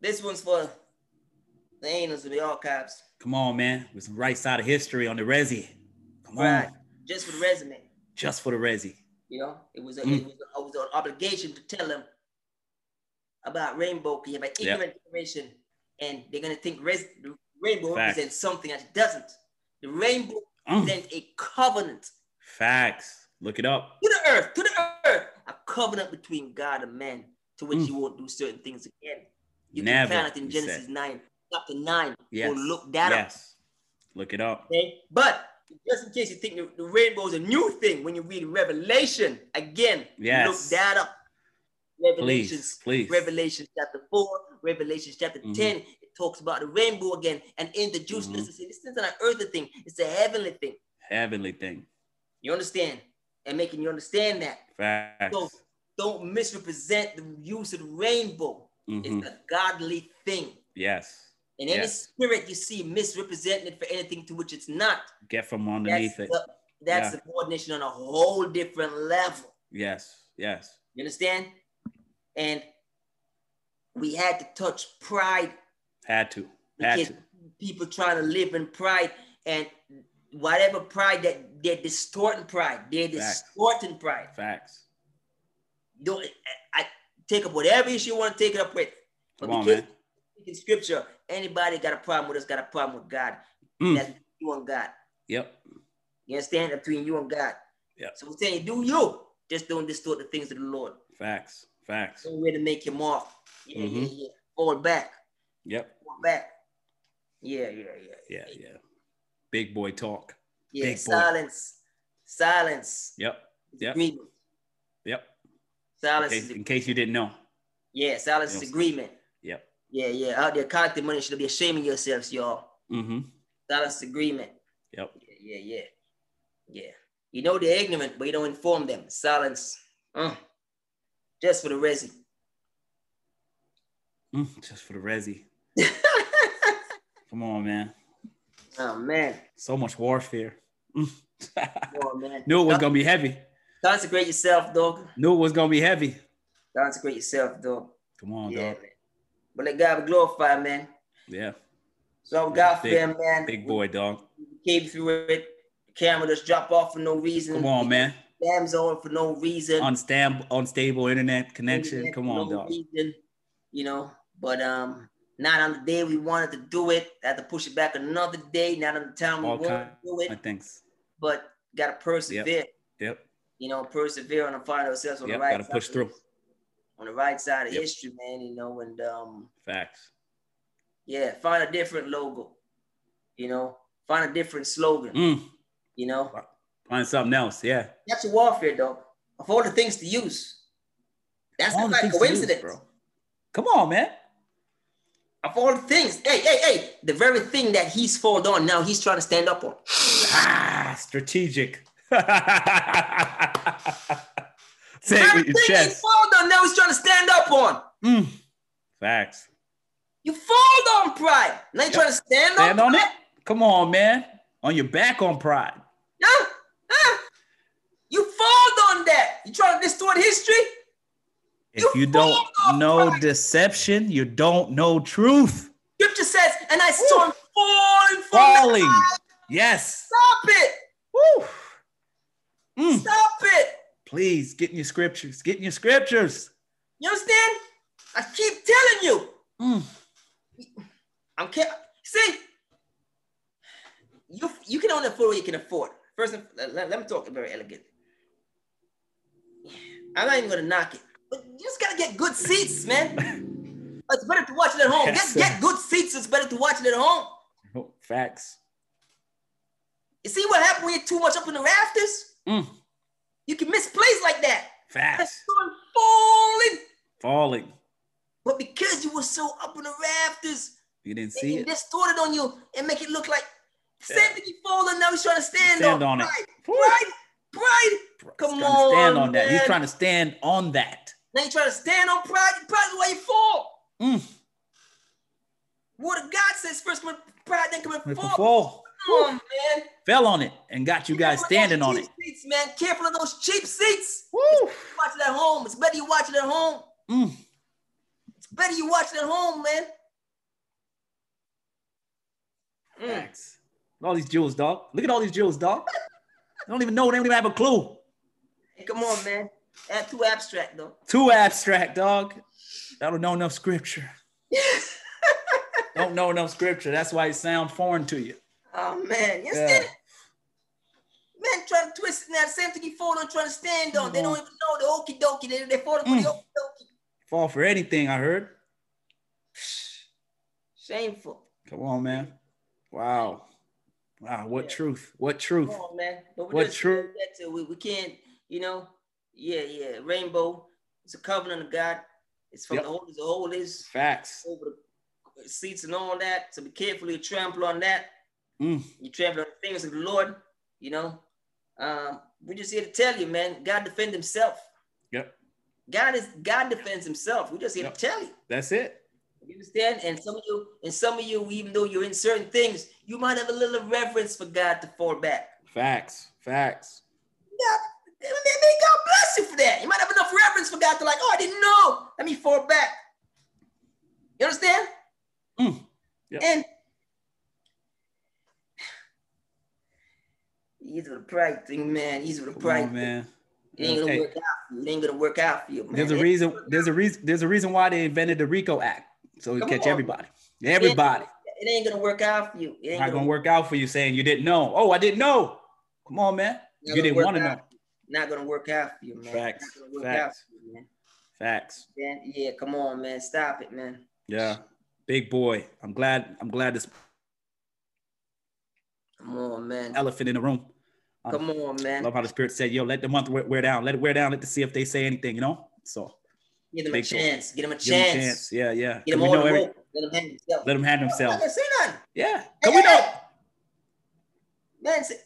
this one's for the anals of the archives.
Come on, man. With some right side of history on the resi. Come
Right.
on.
Just for the resume.
Just for the resi.
You know, it was a,
Mm.
it was, a, it was an obligation to tell them about rainbow, you have an
Yeah.
ignorant generation, and they're gonna think res- the rainbow
Facts.
represents something that it doesn't. The rainbow
Mm.
represents a covenant
Facts. Look it up.
to the earth, to the earth, a covenant between God and man, to which
Mm.
you won't do certain things again. You
Never,
can find it in
he
Genesis
said.
nine, chapter nine,
Yes.
or look that up.
Yes. Look it up.
Okay, but just in case you think the, the rainbow is a new thing, when you read Revelation again,
Yes.
look that up. Revelations,
Please, please.
Revelation chapter four, Revelation chapter
Mhm.
ten, it talks about the rainbow again, and introduced
Mhm.
us to say this isn't an earthly thing; it's a heavenly thing.
Heavenly thing.
You understand? And making you understand that
Facts.
So, don't misrepresent the use of the rainbow.
Mhm.
It's a godly thing.
Yes.
And any
Yes.
spirit you see misrepresenting it for anything to which it's not,
Get from underneath
that's,
it.
the, that's
Yeah.
subordination on a whole different level.
Yes. Yes.
You understand? And we had to touch pride
Had to. Had
because
to.
people trying to live in pride and whatever pride that they're distorting pride, they're
Facts.
distorting pride.
Facts.
Don't I, I take up whatever issue you want to take it up with. But
Come on,
because
man.
in scripture, anybody got a problem with us got a problem with God.
Mm.
That's between you and God.
Yep.
You understand? Between you and God.
Yeah.
So we're saying, do you just don't distort the things of the Lord.
Facts. Facts.
No way to make him off. Yeah, yeah,
Mhm.
yeah. Fall back.
Yep.
Fall back. Yeah, yeah, yeah.
Yeah. Yeah. Big boy talk.
Yeah.
Big boy.
Silence. Silence.
Yep. Yep.
Agreement.
Yep. In
Silence
case,
is
in case you didn't know.
yeah, silence is
Yes.
agreement.
Yep.
Yeah, yeah. Out there collecting money should be ashamed of yourselves, y'all.
Mm-hmm.
Silence is agreement.
Yep.
Yeah, yeah, yeah. Yeah. You know they're ignorant, but you don't inform them. Silence. Uh, just for the resi.
Mm, just for the resi. Come on, man.
Oh man.
So much warfare. Mm.
Oh man.
Knew it was gonna be heavy.
Consecrate yourself, dog.
Knew it was gonna be heavy.
Consecrate yourself, dog.
Come on,
yeah,
dog.
man. But let God be glorified, man.
Yeah.
So
Yeah,
God
big-
fam, man.
Big boy, dog.
We came through it. Camera just drop off for no reason.
Come on, man.
Damn zone for no reason.
Unstab- unstable internet connection.
Internet
Come
for
on,
no
dog.
reason, you know, but um, not on the day we wanted to do it. Had to push it back another day. Not on the time we
All
wanted
kind
to do it.
of things.
but gotta persevere.
Yep.
You know, persevere and find ourselves on
Yep.
the right
Gotta push
side
through.
on the right side of
Yep.
history, man. You know, and um,
Facts.
yeah, find a different logo. You know, find a different slogan.
Mm.
You know,
Find something else. Yeah.
that's your warfare, dog. Of all the things to use, that's
All
not
the
like
things to
coincidence.
use, Come on, man.
Of all the things, hey, hey, hey, the very thing that he's falled on now, he's trying to stand up on.
Ah, strategic. Say it with
Everything
your
he's
chest.
falled on now, he's trying to stand up on.
Mm. Facts.
You fall on pride. Now you trying to stand,
Stand
up
on it. Come on, man. On your back on pride.
Huh? Huh? You fall on that. You trying to distort history?
If
You
you don't
fall on
know
pride.
deception, you don't know truth.
Scripture says, and I saw him falling from the
Falling.
high."
Yes.
Stop it.
Woo. Mm.
Stop it.
Please get in your scriptures. Get in your scriptures.
You understand? I keep telling you.
Mm.
I'm ca- see. You you can only afford what you can afford. First, and- let, let- let me talk very elegant. I'm not even gonna knock it, but you just gotta get good seats, man. it's better to watch it at home.
Yes,
get,
sir.
get good seats. It's better to watch it at home.
Facts.
You see what happened when you're too much up in the rafters?
Mm.
You can misplace like that. That's
Facts.
so falling.
Falling.
But because you were so up in the rafters,
You did't
they
see
can
it.
distort it on you and make it look like Same thing he falls on now he's trying to stand,
Stand on
on.
it.
pride, Pride, pride. Come
He's trying to stand
on,
on that. He's
man.
trying to stand on that.
Now you trying to stand on pride. Pride is why you fall.
Mm.
What if God says first commit pride, then commit
Make him
fall.
fall.
Come on, man.
Fell on it and got you guys
Careful of
standing
those
on
cheap
it.
Seats, man. Careful of those cheap seats.
Woo.
Watch it at home. It's better you watch it at home.
Mm.
It's better you watch it at home, man. Mm.
Facts. Look at All these jewels, dog. Look at all these jewels, dog. They don't even know. They don't even have a clue.
Hey, come on, man. That's too abstract, though.
Too abstract, dog. I don't know enough scripture. don't know enough scripture. That's why it sounds foreign to you.
Oh man, you
Yeah.
understand? it? Man trying to twist now, same thing he fold on trying to stand on. They
Mhm.
don't even know the okie dokie. They, they fold for
Mm.
the okie dokie.
Fall for anything, I heard.
Shameful.
Come on, man. Wow. Wow. What
Yeah.
truth? What truth?
Come on, man. But we
Mm. What
just
true-
that too. We, we can't, you know, yeah, yeah. Rainbow. It's a covenant of God. It's from
Yep.
the holies of holies
Facts.
over the seats and all that. So be careful you trample on that.
Mm.
You trample on the things of the Lord, you know. Um, we're just here to tell you, man, God defend himself.
Yep.
God is God defends Himself. We just here
Yep.
to tell you.
That's it.
You understand? And some of you, and some of you, even though you're in certain things, you might have a little reverence for God to fall back.
Facts. Facts.
God, may may God bless you for that. You might have enough reverence for God to like, oh, I didn't know. Let me fall back. You understand?
Mm. Yep.
And he's with a pride thing, man. He's with a
Come
pride.
on, man.
Thing. It ain't gonna
Hey,
work out for you. It ain't gonna work out for you, man.
there's a
It-
reason. There's a reason. There's a reason why they invented the RICO Act. So it
Come
catch
on.
everybody. Everybody.
It ain't gonna work out for you. It ain't
Not gonna work out for you saying you didn't know. Oh, I didn't know. Come on, man.
Not
you
gonna
didn't
work
want to
out.
know.
not gonna work out for you, man.
Facts,
Not gonna work
facts.
out for you, man.
Facts.
Then- yeah, come on, man. Stop it, man.
Yeah. Big boy. I'm glad. I'm glad this
Come on, man.
elephant in the room.
Come on, man.
Love how the spirit said, yo, let the month wear, wear down. Let it wear down. Let to see if they say anything, you know? So
Give them a
big dog.
chance. Give them a
give them a
chance.
chance. Yeah, yeah.
Give
Can
them
we
all
know
the
every-
rope. Let them hang themselves.
let them have
I'm not
themselves.
gonna say nothing.
Yeah. Can we
hey,
know?
Man, say,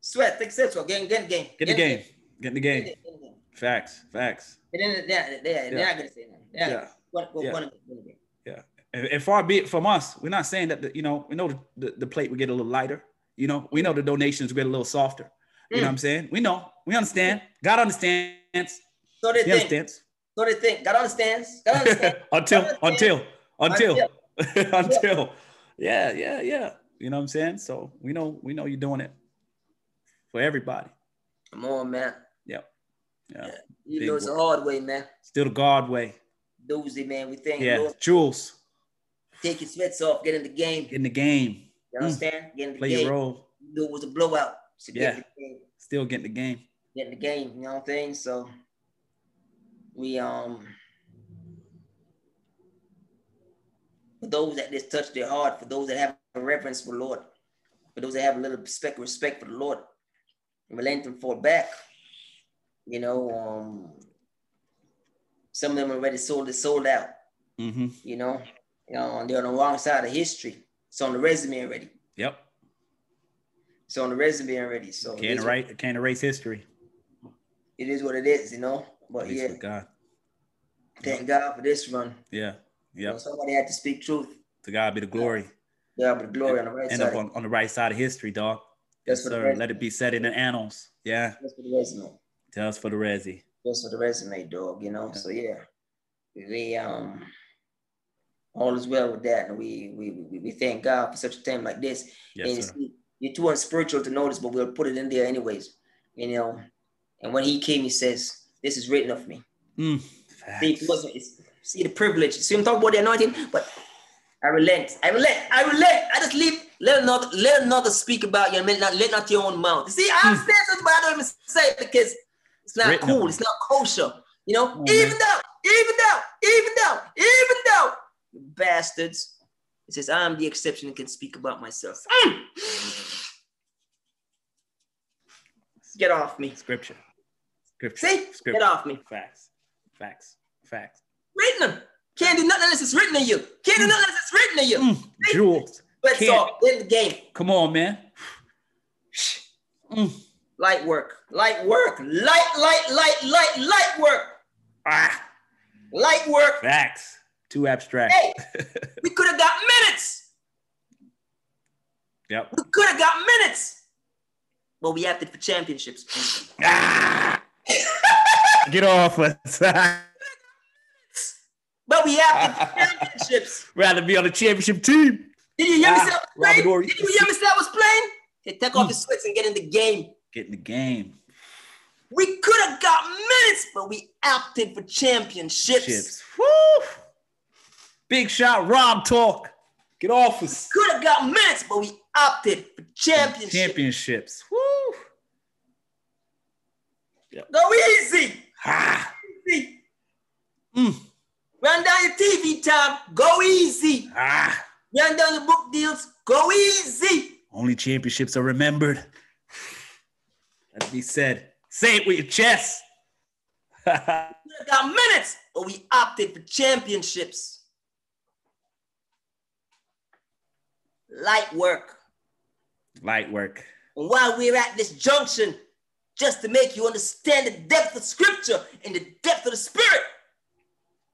sweat, take sexual. Game, game, game.
Get in the game. Get in the
Get in
game.
the game.
Facts. Facts.
Get in the game. They're, they're, they're
Yeah.
not gonna say nothing. They're
Yeah.
not gonna-
Yeah.
one- one- one game.
And, and far be it from us, we're not saying that, the, you know, we know the, the, the plate would get a little lighter. You know, we know the donations get a little softer. You
Mm.
know what I'm saying? We know. We understand. God understands.
So they
He
think.
understands.
So they think. God understands. God understands.
until, until, until,
Until.
until. Yeah, yeah, yeah. You know what I'm saying? So we know, we know you're doing it for everybody.
come on, man.
Yeah.
You
Big
know it's a
word.
hard way, man.
Still the God way.
Doozy, man. We thank you,
Yeah.
Lord.
Jules,
Take your sweats off. Get in the game.
get in the game.
You
Mm.
understand? Get in the
Play
game.
your role.
You knew it was a blowout. So get,
Yeah.
in the game,
Still get in the game.
get in the game. You know what I'm saying? So we um for those that just touch their heart, for those that have a reverence for Lord, for those that have a little respect, respect for the Lord, relent and fall back. You know, um some of them already sold it sold out,
Mm-hmm.
you know. Um, they're on the wrong side of history. It's on the resume already.
Yep.
It's on the resume already. So it
Can't
is what-
erase, can't erase history.
it is what it is, you know. But
Thanks
yeah,
for God.
thank God for this run.
Yeah.
You know,
Yep.
somebody had to speak truth.
To God be the glory.
Yeah, but glory on the right
End
side.
up on, on the right side of history, dog.
That's
Yes,
for the
sir.
resume.
Let it be said in the annals. Yeah.
That's for the resume.
Tell us for the resi.
That's for the resume, dog. You know. So yeah, we um all is well with that, and we we we, we thank God for such a time like this. and
Yes, sir.
it's- you're too unspiritual to notice, but we'll put it in there anyways. You know. And when he came, he says, "This is written of me."
Mm.
See,
Facts.
it wasn't, it's, see the privilege. See, I'm talking about the anointing, but I relent. I relent. I relent. I just leave. Let not let another speak about you. Let not let not your own mouth. See, I
Mm.
understand something, but I don't even say it because it's not
Written
cool.
on.
It's not kosher. You know,
on,
even
man.
though, even though, even though, even though, you bastards. It says, I am the exception and can speak about myself. Mm. Get off me.
Scripture. Scripture.
See? Get
Scripture.
off me.
Facts. Facts. Facts.
written. Can't do nothing unless it's written in you. Can't do nothing unless it's written in you.
Mm, jewels.
Sweats
Mm. Can't.
off in the game.
Come on, man. Mm.
Light work, light work, light, light, light, light, light work,
Ah,
light work.
facts. Too abstract.
Hey, we could have got minutes.
Yep.
We could have got minutes. But we opted for championships.
Ah! Get off us.
But we opted for championships.
Rather be on the championship team.
Did you hear me
Ah,
say I was
Robert Mm.
playing?
Ory-
Did you hear me say I was playing? They take off the sweats and get in the game.
Get in the game.
We could have got minutes, but we opted for championships.
Chips. Woo! Big shot, Rob talk. Get off us.
Could have got minutes, but we opted for championships.
Championships. Woo!
Go easy.
Ah.
easy.
Mm.
Run down your TV time. Go easy.
Ah.
Run down your book deals. Go easy.
Only championships are remembered. That be said. Say it with your chest.
We could have got minutes, but we opted for championships. Light work.
Light work.
And while we're at this junction, just to make you understand the depth of scripture and the depth of the spirit,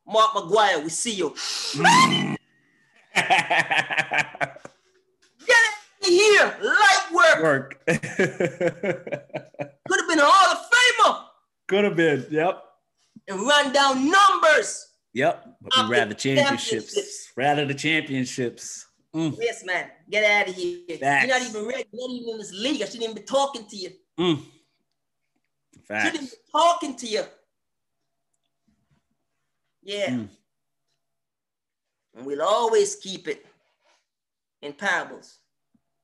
Mark McGuire, we see you. Get it here. Light work.
work.
Could have been a Hall of Famer
Could have been. Yep.
and run down numbers.
Yep. But we
Up
rather
the
championships.
championships.
Rather the championships. Mm,
Yes, man. Get out of here.
Facts.
You're not even ready. You're not even in this league. I shouldn't even be talking to you.
mm.
Shouldn't even
Facts.
be talking to you. Yeah.
Mm.
And we'll always keep it in parables.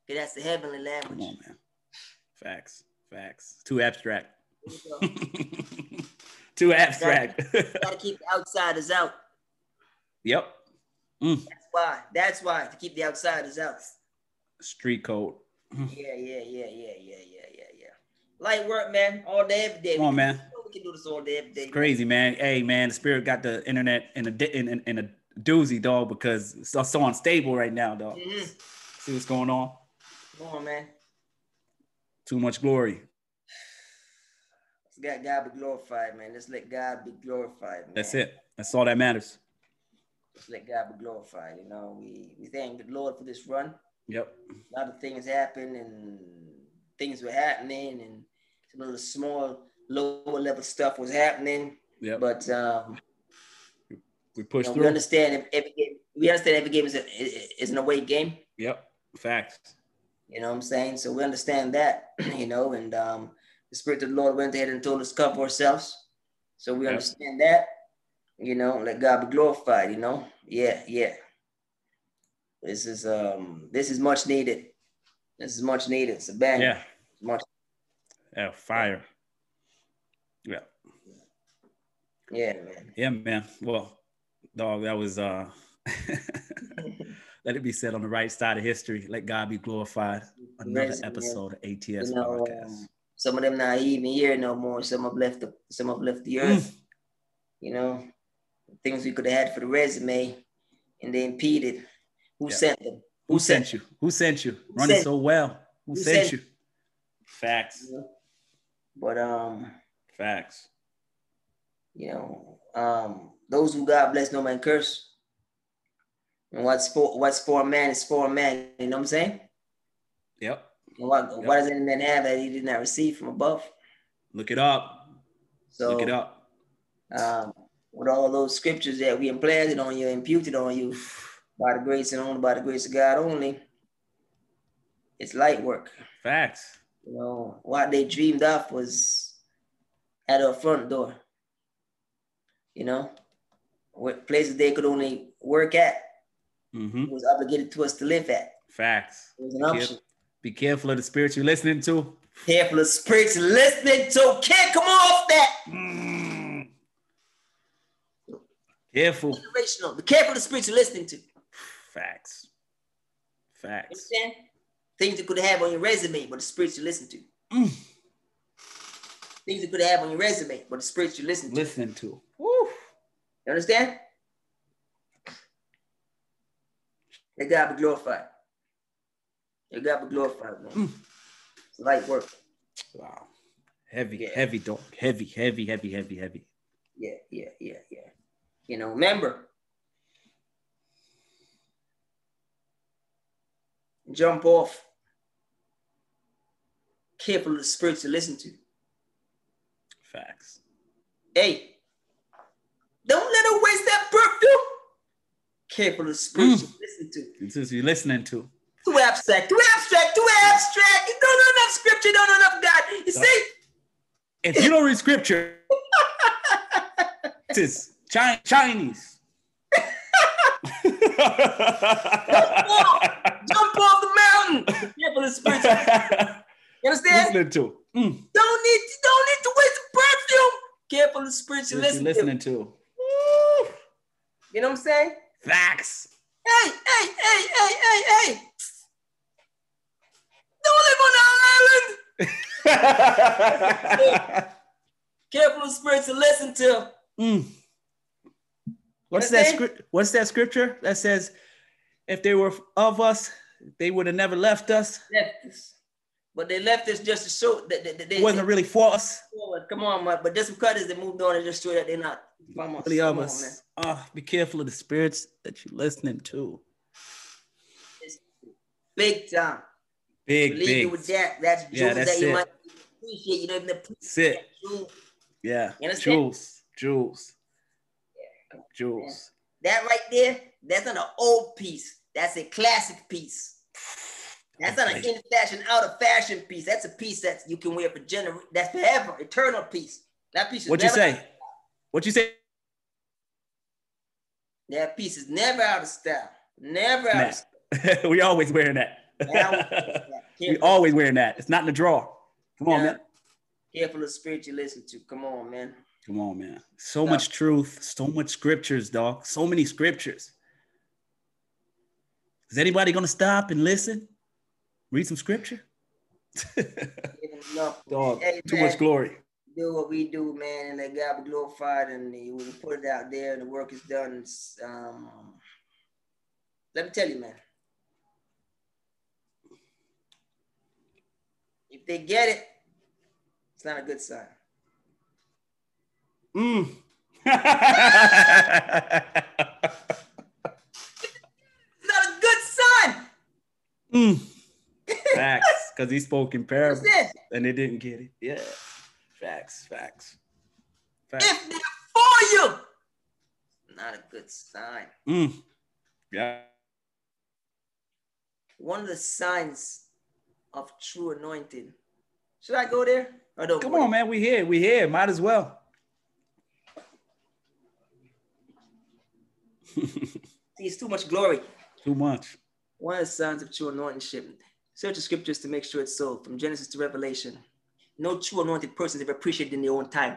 'Cause that's the heavenly language.
Come on, man. Facts. Facts. Too abstract.
Here we go.
Too abstract.
gotta keep the outsiders out.
yep.
That's why. That's why to keep the outsiders out.
Street code.
Yeah, yeah, yeah, yeah, yeah, yeah, yeah, yeah. Light work, man. All day, every day.
Come on,
we,
man.
can, we can do this all day, every day.
Crazy man. Hey man, the spirit got the internet in a di- in, in, in a doozy dog because it's so- so unstable right now, dog.
Mhm.
See what's going on?
Come on, man.
Too much glory.
Let's let God be glorified, man. Let's let God be glorified. Man.
That's it. That's all that matters.
Let's let God be glorified. You know, we, we thank the Lord for this run.
Yep.
A lot of things happened and things were happening and some of the small lower level stuff was happening.
Yep.
But um
we push
you know,
through.
we understand if every game we understand every game is a, is an away game.
Yep. Facts.
You know what I'm saying? So we understand that, you know, and um, the Spirit of the Lord went ahead and told us to cover ourselves. So we
Yep.
understand that, you know, let God be glorified, you know? Yeah, yeah. This is um this is much needed. This is much needed. It's a bang.
Yeah.
Much
Yeah. Fire. Yeah.
yeah, man.
Yeah, man. Well, dog, that was uh let it be said on the right side of history. Let God be glorified. Another
Amazing, man.
episode of ATS
You know,
podcast.
um, some of them not even here no more. Some have left the some have left
Mm.
the earth. You know, things we could have had for the resume and they impeded. Who
Yeah.
sent them?
Who sent you? Who sent you?
Who
Running
sent-
so well. Who,
who
sent,
sent-
you? Facts.
But um,
Facts.
you know, um, those who God bless, no man curse. And what's for what's for a man is for a man. You know what I'm saying?
Yep.
And what what does any man have that he did not receive from above?
Look it up.
So
Look it up.
um, with all those scriptures that we implanted on you, imputed on you, by the grace and only by the grace of God only, it's light work.
Facts.
You know what they dreamed of was at our front door. You know, what places they could only work at
Mm-hmm.
was obligated to us to live at.
Facts.
It was an option.
Be careful of the spirits you're listening to.
Careful of spirits listening to can't come off that
Mm. Careful.
generational. Be careful of the spirits you're listening to. You
Facts. Facts.
understand? Things you could have on your resume, but the spirits you listen to.
Mm.
Things you could have on your resume, but the spirits you listen to.
Listening to. Woo.
You understand? Let God be glorified. They got to be glorified, man. It's light work.
Wow. Heavy,
Yeah.
heavy dog. Heavy, heavy, heavy, heavy, heavy.
Yeah, yeah, yeah, yeah. You know, remember, jump off. Careful of the spirits to listen to.
Facts.
Hey, don't let her waste that perfume. Careful of the spirits you listen to.
This is you listening to.
Too abstract, too abstract, too abstract. You don't know enough scripture, you don't know enough God. You see,
If you don't read scripture, this is Chi- Chinese.
jump off the mountain. Careful of the spirits. You understand?
listening to. Mm.
Don't need don't need to waste the perfume. Careful of the spirits you
This
listen
you
to.
listening to.
You know what I'm saying?
Facts.
Hey, hey, hey, hey, hey, hey. Don't live on an island. Careful of the spirits you listen to.
Mm. What's
What's
that
that?
script? What's that scripture that says, "If they were of us, they would have never left us.
Left us. But they left us just to show that that- that they
It wasn't really for us,
forward. Come on, man. But just because they moved on, it just show that they're not. Come on,
really of
come on, man.
us." Ah, be careful of the spirits that you're listening to.
Big time.
Big,
Leave you
big.
with that. That's jewels
Yeah, that's
that you
it.
might appreciate. You don't even appreciate
That's it.
jewels.
Yeah.
You understand?
Jules. Jules. Jules.
That right there, that's not an old piece. That's a classic piece. That's not an
Okay.
in fashion, out of fashion piece. That's a piece that you can wear for gener. That's forever, eternal piece. That piece. Is
What'd you
never-
say? What'd you say?
That piece is never out of style. Never out of
Matt?
style.
we always wearing
Yeah,
that. we
Careful,
always wearing that. It's not in the drawer. Come on,
Yeah.
man.
careful of the spirit you listen to. Come on, man.
Come on, man. So much truth, so much scriptures, dog. So many scriptures. Is anybody gonna stop and listen? Read some scripture?
Give him enough.
Dog,
Hey,
too
man.
much glory.
do what we do, man, and let God be glorified, and He will put it out there, and the work is done. It's, Um, let me tell you, man. If they get it, it's not a good sign.
Mm.
It's not a good sign.
Mm. Facts, because he spoke in
That's
parables
it.
and they didn't get it. Yeah. Facts, facts. Facts.
If they're for you, not a good sign.
Mm. Yeah.
One of the signs of true anointing. Should I go there? Or don't
Come
go
on, man. We here. We here. Might as well.
there? It's too much glory.
Too much.
One of the signs of true anointingship. Search the scriptures to make sure it's so, from Genesis to Revelation. No true anointed person is ever appreciated in their own time.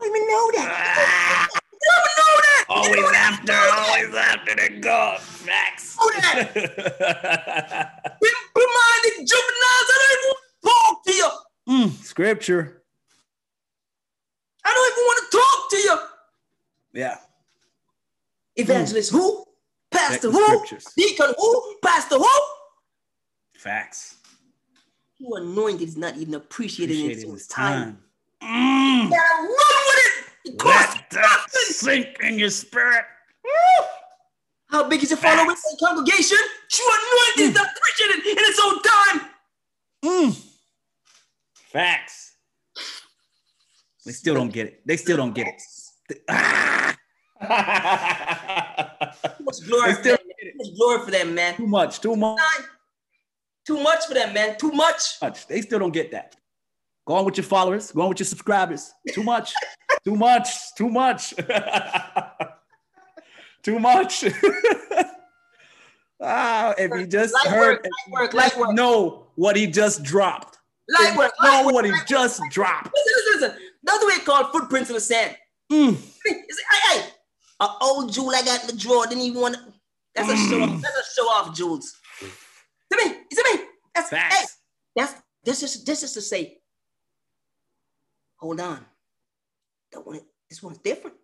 Let me know that.
Ah.
You don't even know that. You
Always
don't
after, always after the God. Facts.
Who Pimp-minded juveniles, I don't even want to talk to you.
Mm, scripture.
I don't even want to talk to
Hmm.
you.
Yeah.
Evangelist who?
Check
Pastor
the
who?
scriptures.
Deacon who? Pastor who?
Facts.
True anointed is not even appreciated in its
Appreciated
own
his
time.
time. Mm,
Gotta run with it. It costs
let that sink in your spirit.
How big is your following in the congregation? True anointing
Hmm.
is not appreciated in its own time.
Mm. Facts. They still don't get it. They still don't get it. Ah.
Too much glory
It's
for
still-
them. man. Too much glory for them, man.
too much. Too much.
Nine. Too much for them, man. Too much.
much. They still don't get that. Go on with your followers. Go on with your subscribers. Too much. too much. Too much. too much. ah, if you just
Light
heard,
work, light work, light work,
know what he just dropped. If
light
you
work,
Know
light work.
what he
light work.
just dropped.
Listen, listen, listen. That's the way it's called footprints in the sand.
Mm,
Hey, hey, hey. An old jewel I got in the drawer didn't even want to. That's a show
Hmm.
off. That's a show off, Jules. To me, to me. That's hey,
facts.
That's this is this is to say, hold on. That one, this one's different.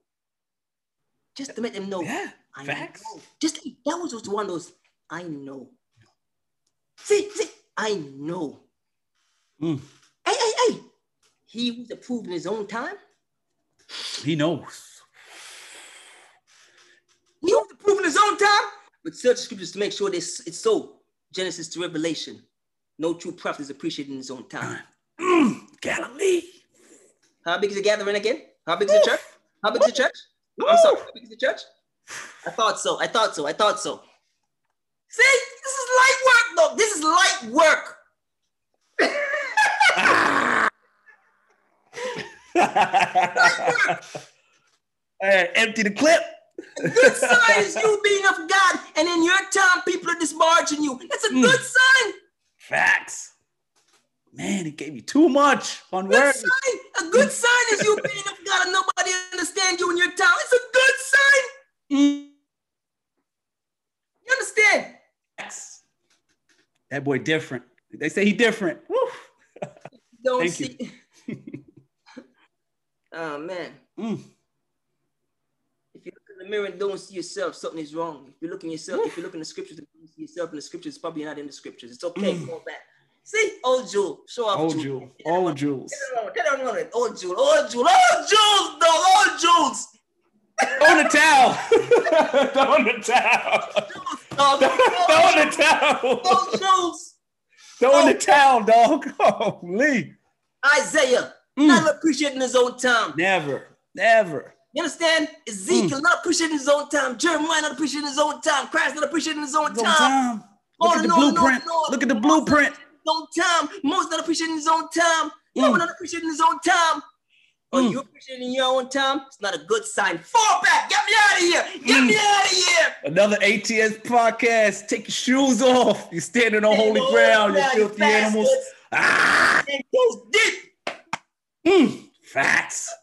Just to make them know,
Yeah.
I
facts.
know. Just that was just one of those. I know. See, see, I know.
Mm.
Hey, hey, hey. He was approved in his own time.
He knows.
He was approved in his own time. But search the scriptures to make sure this it's so. Genesis to Revelation. No true prophet is appreciated in his own time.
Mm, Galilee.
How big is the gathering again? How big is the church? How big is the church? I'm
Oof.
sorry. How big is the church? I thought so. I thought so. I thought so. See, this is light work, though. This is light work.
Hey, empty the clip.
Good sign is you being of God, and in your time, people are disparaging you. That's a
Mm.
good sign.
Facts. Man, it gave me too much on
Good
words.
sign. A good sign is you being of God, and nobody understands you in your time. It's a good sign.
Mm,
You understand?
Facts. That boy different. They say he different. Woo.
Don't see.
Thank you.
oh man.
Mm.
If you look in the mirror and don't see yourself, something is wrong. If you look in yourself, if you look in the scriptures and don't see yourself in the scriptures, it's probably not in the scriptures. It's okay,
Mm.
go back. See, old Jewel, show off.
Old
Jewel.
Jules. Old Jules.
Tell them about it. Old Jewel, old Jewel, old Jules, dog, old Jules.
Throw in the towel. Throw in the towel.
Jules, dog,
Throw in the
old
towel.
Jules.
Throw in the towel, dog. Holy.
Isaiah,
Mm.
not appreciating his own time.
Never. Never.
You understand? Ezekiel,
Hmm.
not appreciating his own time. Jeremiah, not appreciating his own time. Christ, not appreciating his own
It's on
time.
time.
On
Look at
and
the
on and on
blueprint.
and on.
Look at the blueprint.
his own time. Moses not appreciating his own time. No
Mm.
one not appreciating his own time. Are
Mm.
you appreciating your own time? It's not a good sign. Fall back. Get me out of here. Get
Mm.
me out of here.
Another ATS podcast. Take your shoes off. You're standing on holy
Lord,
ground, you
now
filthy
bastards.
animals. Ah,
And goes deep.
mm, facts.